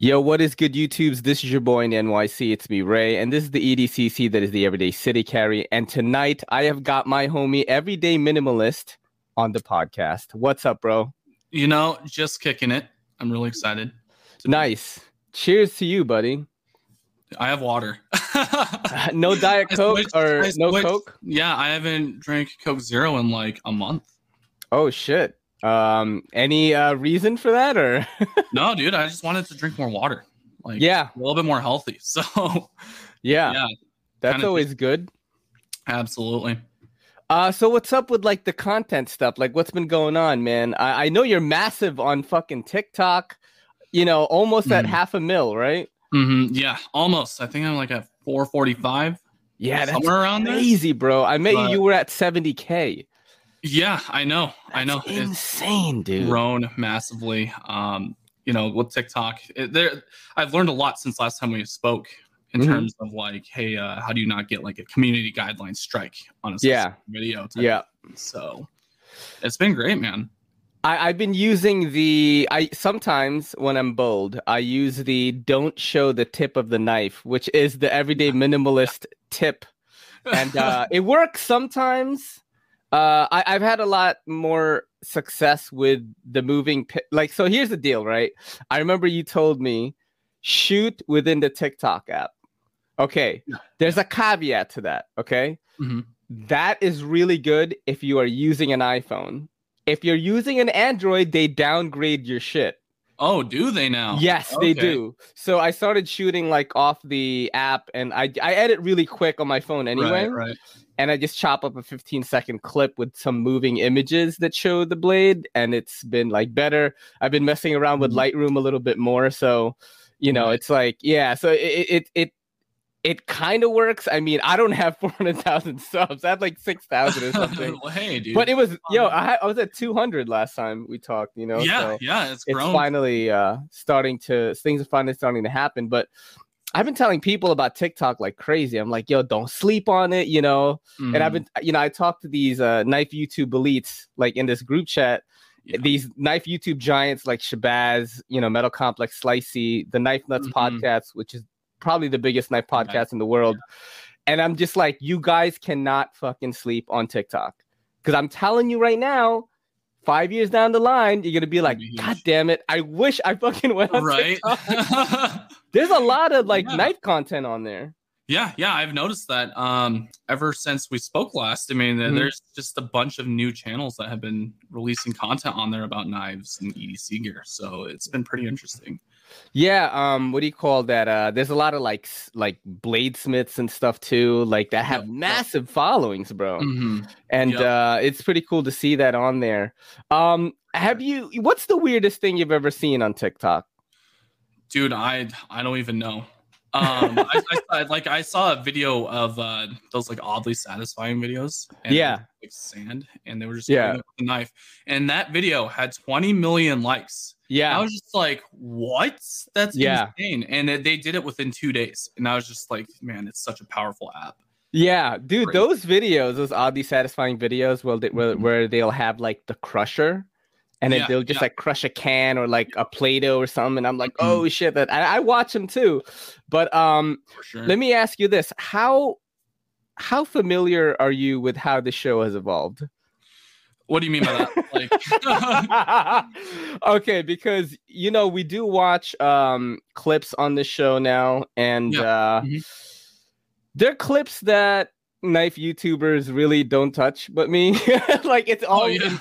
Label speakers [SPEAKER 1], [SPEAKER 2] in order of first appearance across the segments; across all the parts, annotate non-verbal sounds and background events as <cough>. [SPEAKER 1] Yo, what is good, YouTubes? This is your boy in NYC. It's me, Ray, and this is the E EDCC that is the Everyday City Carry. And tonight, I have got my homie, Everyday Minimalist, on the podcast. What's up, bro?
[SPEAKER 2] You know, just kicking it. I'm really excited.
[SPEAKER 1] Nice. Cheers to you, buddy. <laughs>
[SPEAKER 2] I have water.
[SPEAKER 1] no Diet
[SPEAKER 2] I
[SPEAKER 1] Coke
[SPEAKER 2] switched-
[SPEAKER 1] or
[SPEAKER 2] I
[SPEAKER 1] no
[SPEAKER 2] switched-
[SPEAKER 1] Coke?
[SPEAKER 2] Yeah, I haven't drank Coke Zero in like a month.
[SPEAKER 1] Oh shit. Um, any uh, reason for that or?
[SPEAKER 2] No, dude, I just wanted to drink more water. Like,
[SPEAKER 1] yeah,
[SPEAKER 2] a little bit more healthy. <laughs> So,
[SPEAKER 1] yeah,
[SPEAKER 2] yeah,
[SPEAKER 1] that's
[SPEAKER 2] kinda
[SPEAKER 1] always good.
[SPEAKER 2] absolutely.
[SPEAKER 1] Uh, so what's up with like the content stuff? Like, what's been going on, man? I, I know you're massive on fucking TikTok. You know, almost at
[SPEAKER 2] Mhm.
[SPEAKER 1] half a mil, right?
[SPEAKER 2] hmm Yeah, almost. I think I'm like at 445.
[SPEAKER 1] Yeah, that's
[SPEAKER 2] somewhere around there.
[SPEAKER 1] crazy, bro. I met you.
[SPEAKER 2] But-
[SPEAKER 1] You were at 70k.
[SPEAKER 2] Yeah, I know. I know.
[SPEAKER 1] That's
[SPEAKER 2] It's
[SPEAKER 1] insane, dude.
[SPEAKER 2] grown massively. Um, you know, with TikTok, it, there, I've learned a lot since last time we spoke in
[SPEAKER 1] Mhm.
[SPEAKER 2] terms of like, hey, uh, how do you not get like a community guideline strike on a
[SPEAKER 1] Yeah.
[SPEAKER 2] specific video? type
[SPEAKER 1] Yeah,
[SPEAKER 2] So it's been great, man.
[SPEAKER 1] I, I've been using the I sometimes when I'm bold, I use the don't show the tip of the knife, which is the everyday minimalist tip. And
[SPEAKER 2] <laughs>
[SPEAKER 1] uh, it works sometimes. Uh, I, I've had a lot more success with the moving pi- like so here's the deal, right? I remember you told me shoot within the TikTok app. Okay.
[SPEAKER 2] Yeah.
[SPEAKER 1] There's a caveat to that, okay?
[SPEAKER 2] Mhm.
[SPEAKER 1] That is really good if you are using an iPhone if you're using an Android, they downgrade your shit.
[SPEAKER 2] oh, do they now?
[SPEAKER 1] yes, they
[SPEAKER 2] Okay.
[SPEAKER 1] do. So I started shooting like off the app and I I edit really quick on my phone
[SPEAKER 2] Right,
[SPEAKER 1] anyway.
[SPEAKER 2] right.
[SPEAKER 1] And I just chop up a 15 second clip with some moving images that show the blade. And it's been like better. I've been messing around with
[SPEAKER 2] Mm-hmm.
[SPEAKER 1] Lightroom a little bit more. So, you know,
[SPEAKER 2] Right.
[SPEAKER 1] it's like, yeah, so it it it it kind of works. I mean, I don't have <laughs> 400,000 subs. I have like 6,000 or
[SPEAKER 2] <laughs>
[SPEAKER 1] something.
[SPEAKER 2] well, hey, dude.
[SPEAKER 1] but it was, yo,
[SPEAKER 2] Um,
[SPEAKER 1] I, had- I was at 200 last time we talked, you know?
[SPEAKER 2] yeah,
[SPEAKER 1] so-
[SPEAKER 2] yeah, it's
[SPEAKER 1] it's
[SPEAKER 2] grown.
[SPEAKER 1] finally uh starting to things are finally starting to happen but i've been telling people about tiktok like crazy i'm like yo don't sleep on it you know and i've
[SPEAKER 2] Mhm.
[SPEAKER 1] been you know i talked to these uh knife youtube elites like in this group chat
[SPEAKER 2] Yeah.
[SPEAKER 1] these knife youtube giants like shabazz you know metal complex slicey the knife nuts
[SPEAKER 2] Mhm.
[SPEAKER 1] podcast which is probably the biggest knife
[SPEAKER 2] Right.
[SPEAKER 1] podcast in the world and i'm just like you guys cannot fucking sleep on tiktok because i'm telling you right now five years down the line you're gonna be like
[SPEAKER 2] be huge.
[SPEAKER 1] god damn it i wish i fucking <laughs> went on
[SPEAKER 2] right.
[SPEAKER 1] TikTok."
[SPEAKER 2] <laughs>
[SPEAKER 1] there's a lot of like
[SPEAKER 2] Yeah.
[SPEAKER 1] knife content on there
[SPEAKER 2] yeah, yeah, I've noticed that. Um, ever since we spoke last, I mean,
[SPEAKER 1] Mhm.
[SPEAKER 2] there's just a bunch of new channels that have been releasing content on there about knives and EDC gear. So it's been pretty interesting.
[SPEAKER 1] yeah um what do you call that uh there's a lot of like s- like bladesmiths and stuff too like that have
[SPEAKER 2] Yeah.
[SPEAKER 1] massive followings bro
[SPEAKER 2] Mhm.
[SPEAKER 1] and
[SPEAKER 2] Yep.
[SPEAKER 1] uh, it's pretty cool to see that on there. Um, have you? What's the weirdest thing you've ever seen on TikTok?
[SPEAKER 2] Dude, I I don't even know. Um, I, I, I like I saw a video of uh, those like oddly satisfying videos. it
[SPEAKER 1] Yeah.
[SPEAKER 2] was, like sand, and they were just
[SPEAKER 1] Yeah.
[SPEAKER 2] yeah. with a knife, and that video had 20 million likes. I
[SPEAKER 1] Yeah,
[SPEAKER 2] was just like, what? That's
[SPEAKER 1] Yeah.
[SPEAKER 2] insane. And it, they did it within two days. And I was just like, man, it's such a powerful app.
[SPEAKER 1] yeah, dude,
[SPEAKER 2] Crazy.
[SPEAKER 1] those videos, those oddly satisfying videos, where they, where,
[SPEAKER 2] Mhm.
[SPEAKER 1] where they'll have like the crusher, and then
[SPEAKER 2] Yeah,
[SPEAKER 1] they'll just
[SPEAKER 2] yeah.
[SPEAKER 1] like crush a can or like a Play-Doh or something. And I'm like,
[SPEAKER 2] Mhm.
[SPEAKER 1] oh shit, that I, I watch them too. But um,
[SPEAKER 2] For sure.
[SPEAKER 1] let me ask you this: how how familiar are you with how the show has
[SPEAKER 2] <laughs>
[SPEAKER 1] evolved? <laughs>
[SPEAKER 2] what do you mean by that? Like, <laughs>
[SPEAKER 1] okay, because you know we do watch um clips on the show now, and
[SPEAKER 2] Yeah.
[SPEAKER 1] uh,
[SPEAKER 2] Mhm.
[SPEAKER 1] they're clips that knife YouTubers really don't touch, but me. <laughs> like it's all
[SPEAKER 2] oh, yeah.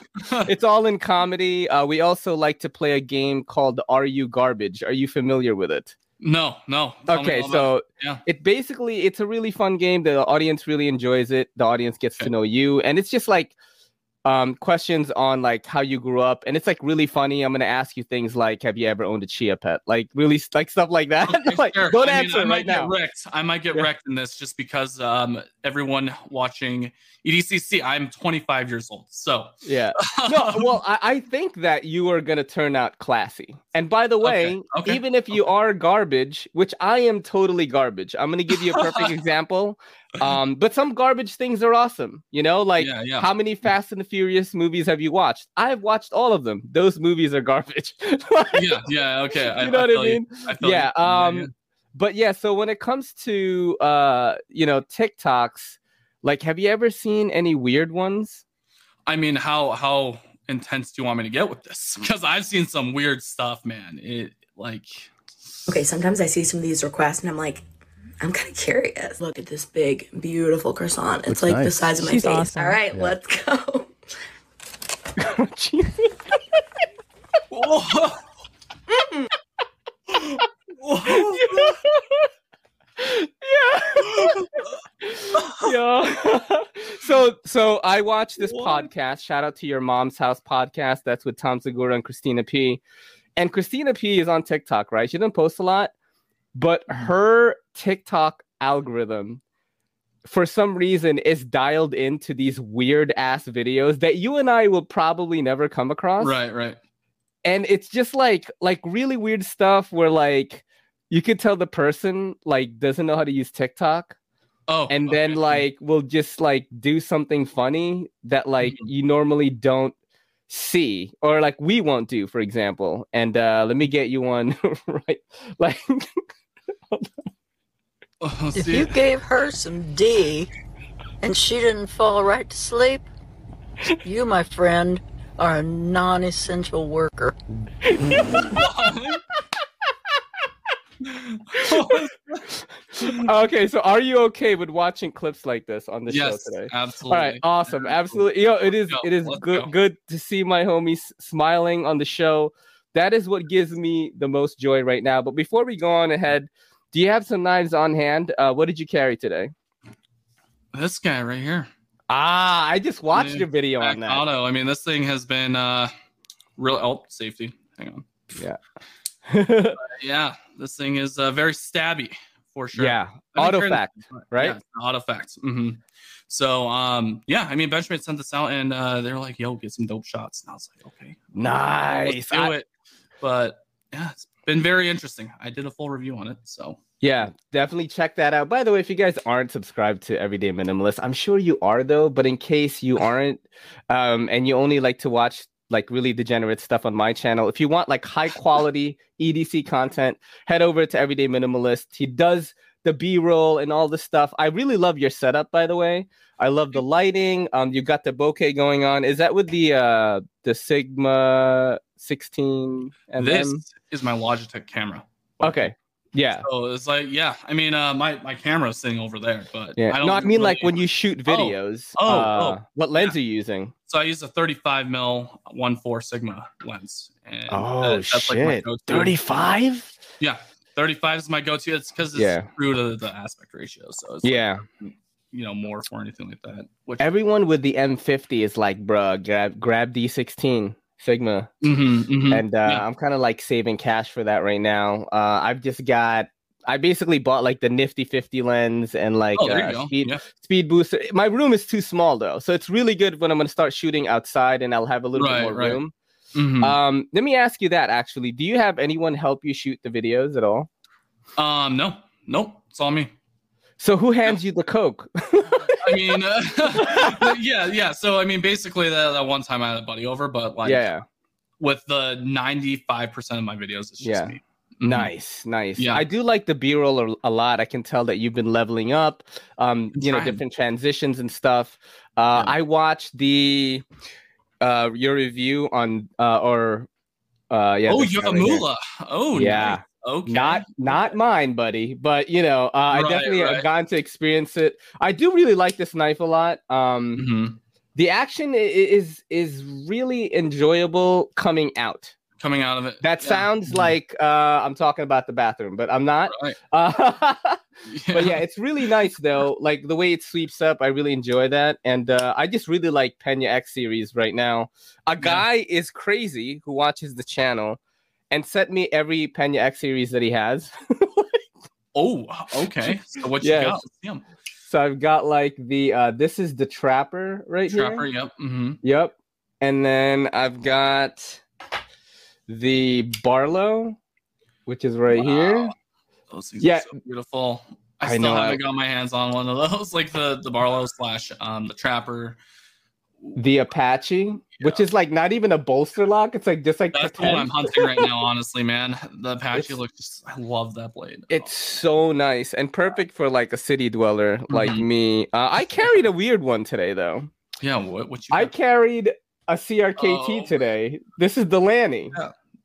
[SPEAKER 1] it's all in comedy. Uh, we also like to play a game called Are You Garbage? Are you familiar with it?
[SPEAKER 2] <laughs> no, no. Tell me
[SPEAKER 1] okay, <laughs>
[SPEAKER 2] all about
[SPEAKER 1] so
[SPEAKER 2] it. Yeah.
[SPEAKER 1] it basically it's a really fun game. The audience really enjoys it. The audience gets to
[SPEAKER 2] Okay.
[SPEAKER 1] know you, and it's just like um questions on like how you grew up, and it's like really funny. I'm gonna ask you things like, have you ever owned a chia pet? Like really s- like stuff like
[SPEAKER 2] <laughs>
[SPEAKER 1] that.
[SPEAKER 2] Okay,
[SPEAKER 1] <laughs> like
[SPEAKER 2] sure.
[SPEAKER 1] don't
[SPEAKER 2] I mean,
[SPEAKER 1] answer
[SPEAKER 2] I might
[SPEAKER 1] right
[SPEAKER 2] get
[SPEAKER 1] now.
[SPEAKER 2] Wrecked. I might get
[SPEAKER 1] Yeah.
[SPEAKER 2] wrecked in this just because um, everyone watching E EDCC, I'm 25 years old. So,
[SPEAKER 1] Yeah.
[SPEAKER 2] <laughs>
[SPEAKER 1] No, well, I, I think that you are gonna turn out classy. And by the way,
[SPEAKER 2] Okay, okay, <laughs>
[SPEAKER 1] even if you are garbage, which I am totally garbage, I'm gonna give you a perfect example. um, but some garbage things are awesome. You know, like
[SPEAKER 2] yeah, yeah.
[SPEAKER 1] how many Fast and the Furious movies have you watched? I've watched all of them. Those movies are garbage. <laughs> Like,
[SPEAKER 2] yeah, yeah, okay.
[SPEAKER 1] <laughs>
[SPEAKER 2] I,
[SPEAKER 1] you know
[SPEAKER 2] I
[SPEAKER 1] what
[SPEAKER 2] feel
[SPEAKER 1] I mean?
[SPEAKER 2] I feel
[SPEAKER 1] yeah
[SPEAKER 2] you.
[SPEAKER 1] um but yeah so when it comes to uh you know tiktoks like have you ever seen any weird ones <laughs>
[SPEAKER 2] I mean, how how intense do you want me to get with this? <laughs> Because I've seen some weird stuff, man. It
[SPEAKER 1] <laughs>
[SPEAKER 2] like <laughs>
[SPEAKER 3] Okay, sometimes I see some of these requests and I'm like, I'm kind of curious. Look at this big, beautiful croissant. It's
[SPEAKER 4] Looks
[SPEAKER 3] like the
[SPEAKER 4] nice.
[SPEAKER 3] size of my
[SPEAKER 5] She's
[SPEAKER 3] face.
[SPEAKER 5] awesome.
[SPEAKER 3] All right,
[SPEAKER 4] Yeah.
[SPEAKER 3] let's
[SPEAKER 5] <laughs>
[SPEAKER 3] go.
[SPEAKER 2] Whoa. Whoa.
[SPEAKER 1] <laughs> yeah so so i watched this
[SPEAKER 2] What?
[SPEAKER 1] podcast shout out to your mom's house podcast that's with tom segura and christina p and christina p is on tiktok right she doesn't post a lot but her tiktok algorithm for some reason is dialed into these weird ass videos that you and i will probably never come across
[SPEAKER 2] Right, right.
[SPEAKER 1] and it's just like like really weird stuff where like you could tell the person like doesn't know how to use TikTok
[SPEAKER 2] Oh, <laughs>
[SPEAKER 1] and
[SPEAKER 2] okay.
[SPEAKER 1] then like will just like do something funny that like
[SPEAKER 2] Mhm.
[SPEAKER 1] you normally don't see or like we won't do for example and uh let me get you one <laughs> right
[SPEAKER 2] <laughs>
[SPEAKER 1] like
[SPEAKER 2] Oh,
[SPEAKER 6] If
[SPEAKER 2] see? <laughs>
[SPEAKER 6] you gave her some D and she didn't fall right to sleep, you, my friend, are a non essential worker.
[SPEAKER 1] okay so are you okay with watching clips like this on the
[SPEAKER 2] yes,
[SPEAKER 1] show today
[SPEAKER 2] absolutely.
[SPEAKER 1] all right awesome absolutely yo it is
[SPEAKER 2] go.
[SPEAKER 1] it is
[SPEAKER 2] Let's
[SPEAKER 1] good
[SPEAKER 2] go.
[SPEAKER 1] good to see my homies smiling on the show that is what gives me the most joy right now but before we go on ahead do you have some knives on hand uh what did you carry today
[SPEAKER 2] This guy right here,
[SPEAKER 1] ah i just watched
[SPEAKER 2] Yeah.
[SPEAKER 1] your video
[SPEAKER 2] Mac
[SPEAKER 1] on that <laughs>
[SPEAKER 2] Auto. I mean, this thing has been uh, real. Oh, safety. Hang on. Yeah, this thing is uh, very stabby for sure.
[SPEAKER 1] yeah
[SPEAKER 2] I think
[SPEAKER 1] auto
[SPEAKER 2] you're in-
[SPEAKER 1] fact right?
[SPEAKER 2] Yeah, it's an auto fact. hmm So, um, yeah, I mean, Benjamin sent this out, and uh, they were like, "Yo, get some dope shots," and I was like, "Okay,
[SPEAKER 1] nice
[SPEAKER 2] let's do
[SPEAKER 1] I-
[SPEAKER 2] it." But yeah, it's been very interesting. I did a full review on it, so
[SPEAKER 1] Yeah, definitely check that out. By the way, if you guys aren't subscribed to Everyday Minimalist, I'm sure you are though, but in case you aren't um and you only like to watch like really degenerate stuff on my channel, if you want like high quality EDC content, head over to Everyday Minimalist. He does the B-roll and all this stuff. I really love your setup by the way. I love the lighting. Um you got the bokeh going on. Is that with the uh the Sigma 16 and
[SPEAKER 2] this is my Logitech camera.
[SPEAKER 1] Okay. Yeah.
[SPEAKER 2] So it's like, yeah, I mean, uh, my my camera's sitting over there, but
[SPEAKER 1] Yeah. no, I mean like
[SPEAKER 2] really-
[SPEAKER 1] when you shoot videos.
[SPEAKER 2] Oh, oh,
[SPEAKER 1] uh, what lens are you using?
[SPEAKER 2] So I use a 35 mil 1.4 Sigma lens. And
[SPEAKER 1] Oh
[SPEAKER 2] that- that's like my
[SPEAKER 1] shit,
[SPEAKER 2] go-to.
[SPEAKER 1] thirty-five.
[SPEAKER 2] Yeah, 35 is my go-to. It's because it's
[SPEAKER 1] Yeah.
[SPEAKER 2] true to the aspect ratio, so it's like,
[SPEAKER 1] Yeah,
[SPEAKER 2] you know more for anything like that. Which
[SPEAKER 1] everyone with the M50 is like, bruh, grab grab D16 Sigma,
[SPEAKER 2] Mhm, mhm.
[SPEAKER 1] and uh,
[SPEAKER 2] Yeah.
[SPEAKER 1] I'm kind of like saving cash for that right now. Uh, I've just got. I basically bought like the nifty 50 lens and like
[SPEAKER 2] oh, there you
[SPEAKER 1] uh,
[SPEAKER 2] go.
[SPEAKER 1] speed,
[SPEAKER 2] Yeah.
[SPEAKER 1] speed booster. My room is too small though, so it's really good when I'm gonna start shooting outside and I'll have a little
[SPEAKER 2] Right,
[SPEAKER 1] bit more
[SPEAKER 2] right.
[SPEAKER 1] room.
[SPEAKER 2] Mhm.
[SPEAKER 1] Um, let me ask you that actually. Do you have anyone help you shoot the videos at all?
[SPEAKER 2] um, no, nope, it's all me.
[SPEAKER 1] So who hands you the coke? <laughs>
[SPEAKER 2] I mean, uh, <laughs> yeah, yeah. So I mean, basically, that, that one time I had a buddy over, but like, mm-hmm.
[SPEAKER 1] yeah.
[SPEAKER 2] with the 95 percent of my videos, it's just
[SPEAKER 1] Yeah.
[SPEAKER 2] me. Mhm.
[SPEAKER 1] Nice, nice.
[SPEAKER 2] Yeah.
[SPEAKER 1] I do like the B roll a, a lot. I can tell that you've been leveling up, um,
[SPEAKER 2] I'm
[SPEAKER 1] you know,
[SPEAKER 2] trying.
[SPEAKER 1] different transitions and stuff. Uh,
[SPEAKER 2] Yeah.
[SPEAKER 1] I watched the uh, your review on uh, or uh, yeah.
[SPEAKER 2] oh,
[SPEAKER 1] this
[SPEAKER 2] you
[SPEAKER 1] guy
[SPEAKER 2] have a
[SPEAKER 1] right here.
[SPEAKER 2] moolah. Oh,
[SPEAKER 1] Yeah.
[SPEAKER 2] nice. Okay.
[SPEAKER 1] Not not mine, buddy. But you know, uh, I
[SPEAKER 2] Right,
[SPEAKER 1] definitely
[SPEAKER 2] right.
[SPEAKER 1] have gotten to experience it. I do really like this knife a lot. Um,
[SPEAKER 2] Mhm.
[SPEAKER 1] The action i- i- is is really enjoyable coming out.
[SPEAKER 2] coming out of it.
[SPEAKER 1] That
[SPEAKER 2] Yeah.
[SPEAKER 1] sounds like uh, I'm talking about the bathroom, but I'm not.
[SPEAKER 2] Right.
[SPEAKER 1] <laughs> Uh,
[SPEAKER 2] <laughs> Yeah.
[SPEAKER 1] but yeah, it's really nice though. Like the way it sweeps up, I really enjoy that. And uh, I just really like Pena X series right now. A guy is crazy who watches the channel and sent me every Pena X series that he has. <laughs>
[SPEAKER 2] Oh, okay. So what you
[SPEAKER 1] Yes.
[SPEAKER 2] got? Let's see 'em.
[SPEAKER 1] so I've got like the uh, this is the Trapper right
[SPEAKER 2] Trapper.
[SPEAKER 1] here.
[SPEAKER 2] Yep. hmm
[SPEAKER 1] Yep. And then I've got the Barlow, which is right
[SPEAKER 2] Wow.
[SPEAKER 1] here.
[SPEAKER 2] Those things
[SPEAKER 1] Yeah.
[SPEAKER 2] are so beautiful. I,
[SPEAKER 1] I
[SPEAKER 2] still
[SPEAKER 1] know, I-
[SPEAKER 2] haven't got my hands on one of those, <laughs> like the the Barlow slash um the Trapper.
[SPEAKER 1] The Apache, which is like not even a bolster lock. It's like just like
[SPEAKER 2] That's the one
[SPEAKER 1] pretend.
[SPEAKER 2] I'm hunting right now, honestly, man. The Apache
[SPEAKER 1] It's-
[SPEAKER 2] looks just I love that blade.
[SPEAKER 1] It's so nice and perfect for like a city dweller like
[SPEAKER 2] Mhm.
[SPEAKER 1] me. Uh, I carried a weird one today though.
[SPEAKER 2] yeah, what what you
[SPEAKER 1] I carried a CRKT
[SPEAKER 2] Oh.
[SPEAKER 1] today. This is Delaney.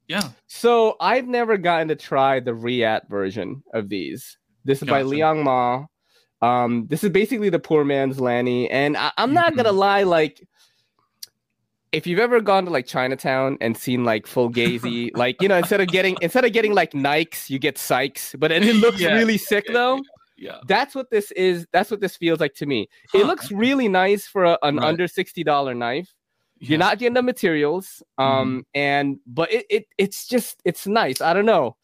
[SPEAKER 2] yeah.
[SPEAKER 1] So I've never gotten to try the Riat version of these. This is by
[SPEAKER 2] Gotcha.
[SPEAKER 1] Liang Ma. Um, this is basically the poor man's Lanny, and I- I'm not gonna
[SPEAKER 2] Mm-hmm.
[SPEAKER 1] lie, like. If you've ever gone to like Chinatown and seen like
[SPEAKER 2] <laughs>
[SPEAKER 1] Fulgazi, like you know, instead of getting instead of getting like Nikes, you get Sykes, but it, it looks
[SPEAKER 2] Yeah,
[SPEAKER 1] really sick
[SPEAKER 2] yeah,
[SPEAKER 1] though.
[SPEAKER 2] Yeah.
[SPEAKER 1] That's what this is. That's what this feels like to me.
[SPEAKER 2] Huh,
[SPEAKER 1] It looks really nice for a, an
[SPEAKER 2] Right.
[SPEAKER 1] under sixty dollar knife.
[SPEAKER 2] yeah.
[SPEAKER 1] You're not getting the materials,
[SPEAKER 2] Mm-hmm.
[SPEAKER 1] um, and but it, it it's just it's nice. I don't know,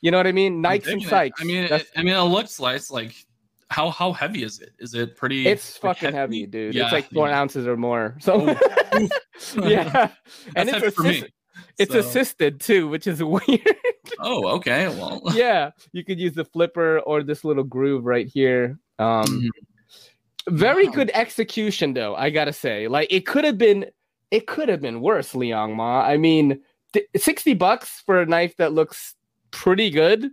[SPEAKER 1] you know what I mean?
[SPEAKER 2] I'm
[SPEAKER 1] Nikes and
[SPEAKER 2] digging it.
[SPEAKER 1] Sykes.
[SPEAKER 2] I mean, it,
[SPEAKER 1] That's-
[SPEAKER 2] I mean, it looks nice. Like, how how heavy is it? Is it pretty?
[SPEAKER 1] it's
[SPEAKER 2] like,
[SPEAKER 1] fucking heavy, dude.
[SPEAKER 2] Yeah,
[SPEAKER 1] it's like four
[SPEAKER 2] yeah.
[SPEAKER 1] ounces or more.
[SPEAKER 2] <laughs>
[SPEAKER 1] So <laughs>
[SPEAKER 2] That's <laughs>
[SPEAKER 1] yeah, and it's
[SPEAKER 2] heavy for me.
[SPEAKER 1] assist- it's
[SPEAKER 2] So-
[SPEAKER 1] assisted too, which is <laughs> weird.
[SPEAKER 2] Oh, okay. Well,
[SPEAKER 1] <laughs> yeah, you could use the flipper or this little groove right here. Um,
[SPEAKER 2] Mhm.
[SPEAKER 1] Very
[SPEAKER 2] Mm-hmm. Wow.
[SPEAKER 1] good execution, though. I gotta say, like it could have been, it could have been worse, Liang Ma. I mean, th- sixty bucks for a knife that looks pretty good.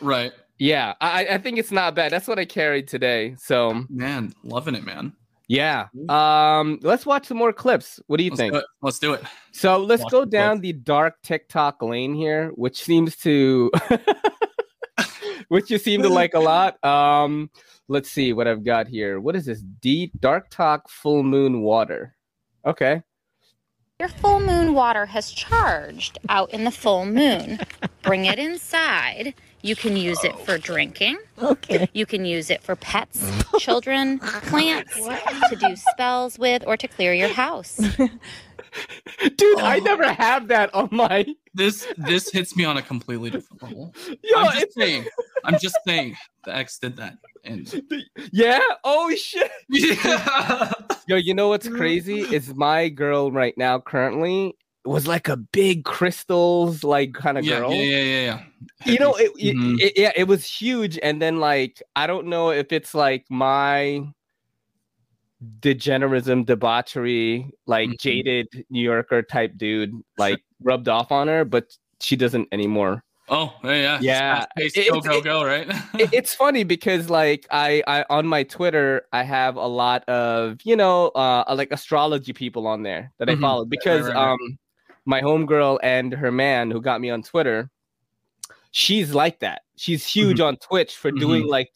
[SPEAKER 2] right,
[SPEAKER 1] Yeah, I, I think it's not bad. That's what I carried today. So
[SPEAKER 2] man, loving it, man.
[SPEAKER 1] yeah, um, let's watch some more clips. What do you
[SPEAKER 2] Let's
[SPEAKER 1] think?
[SPEAKER 2] do it. Let's do it.
[SPEAKER 1] So let's
[SPEAKER 2] Watch
[SPEAKER 1] go
[SPEAKER 2] the clips.
[SPEAKER 1] down the dark TikTok lane here, which seems to, <laughs> which you seem to like a lot. Um, let's see what I've got here. What is this? D dark talk full moon water. Okay.
[SPEAKER 4] Your full moon water has charged out in the full moon. Bring it inside. You can use it for drinking.
[SPEAKER 6] Okay.
[SPEAKER 4] You can use it for pets, children, plants, to do spells with, or to clear your house.
[SPEAKER 1] Dude,
[SPEAKER 2] Oh.
[SPEAKER 1] I never have that on my.
[SPEAKER 2] This this hits me on a completely different level.
[SPEAKER 1] <laughs> Yo,
[SPEAKER 2] I'm just
[SPEAKER 1] it's-
[SPEAKER 2] saying. I'm just saying. The ex did that,
[SPEAKER 1] <laughs>
[SPEAKER 2] and
[SPEAKER 1] yeah. Oh shit.
[SPEAKER 2] yeah.
[SPEAKER 1] Yo, you know what's
[SPEAKER 2] <laughs>
[SPEAKER 1] crazy is my girl right now currently was like a big crystals like kind of
[SPEAKER 2] yeah,
[SPEAKER 1] girl.
[SPEAKER 2] yeah, yeah, yeah, yeah.
[SPEAKER 1] you know it, it-
[SPEAKER 2] Mhm.
[SPEAKER 1] it- yeah it was huge and then like i don't know if it's like my degenerism debauchery like
[SPEAKER 2] Mhm.
[SPEAKER 1] jaded new yorker type dude like rubbed off on her but she doesn't anymore
[SPEAKER 2] Oh, yeah, yeah.
[SPEAKER 1] Yeah,
[SPEAKER 2] Fast-paced,
[SPEAKER 1] it-
[SPEAKER 2] go,
[SPEAKER 1] it-
[SPEAKER 2] go, go, right?
[SPEAKER 1] It- it's funny because like I, I on my twitter i have a lot of you know uh like astrology people on there that
[SPEAKER 2] Mhm.
[SPEAKER 1] i follow because
[SPEAKER 2] right, right.
[SPEAKER 1] um my homegirl and her man who got me on twitter she's like that she's huge
[SPEAKER 2] Mm-hmm.
[SPEAKER 1] on twitch for doing like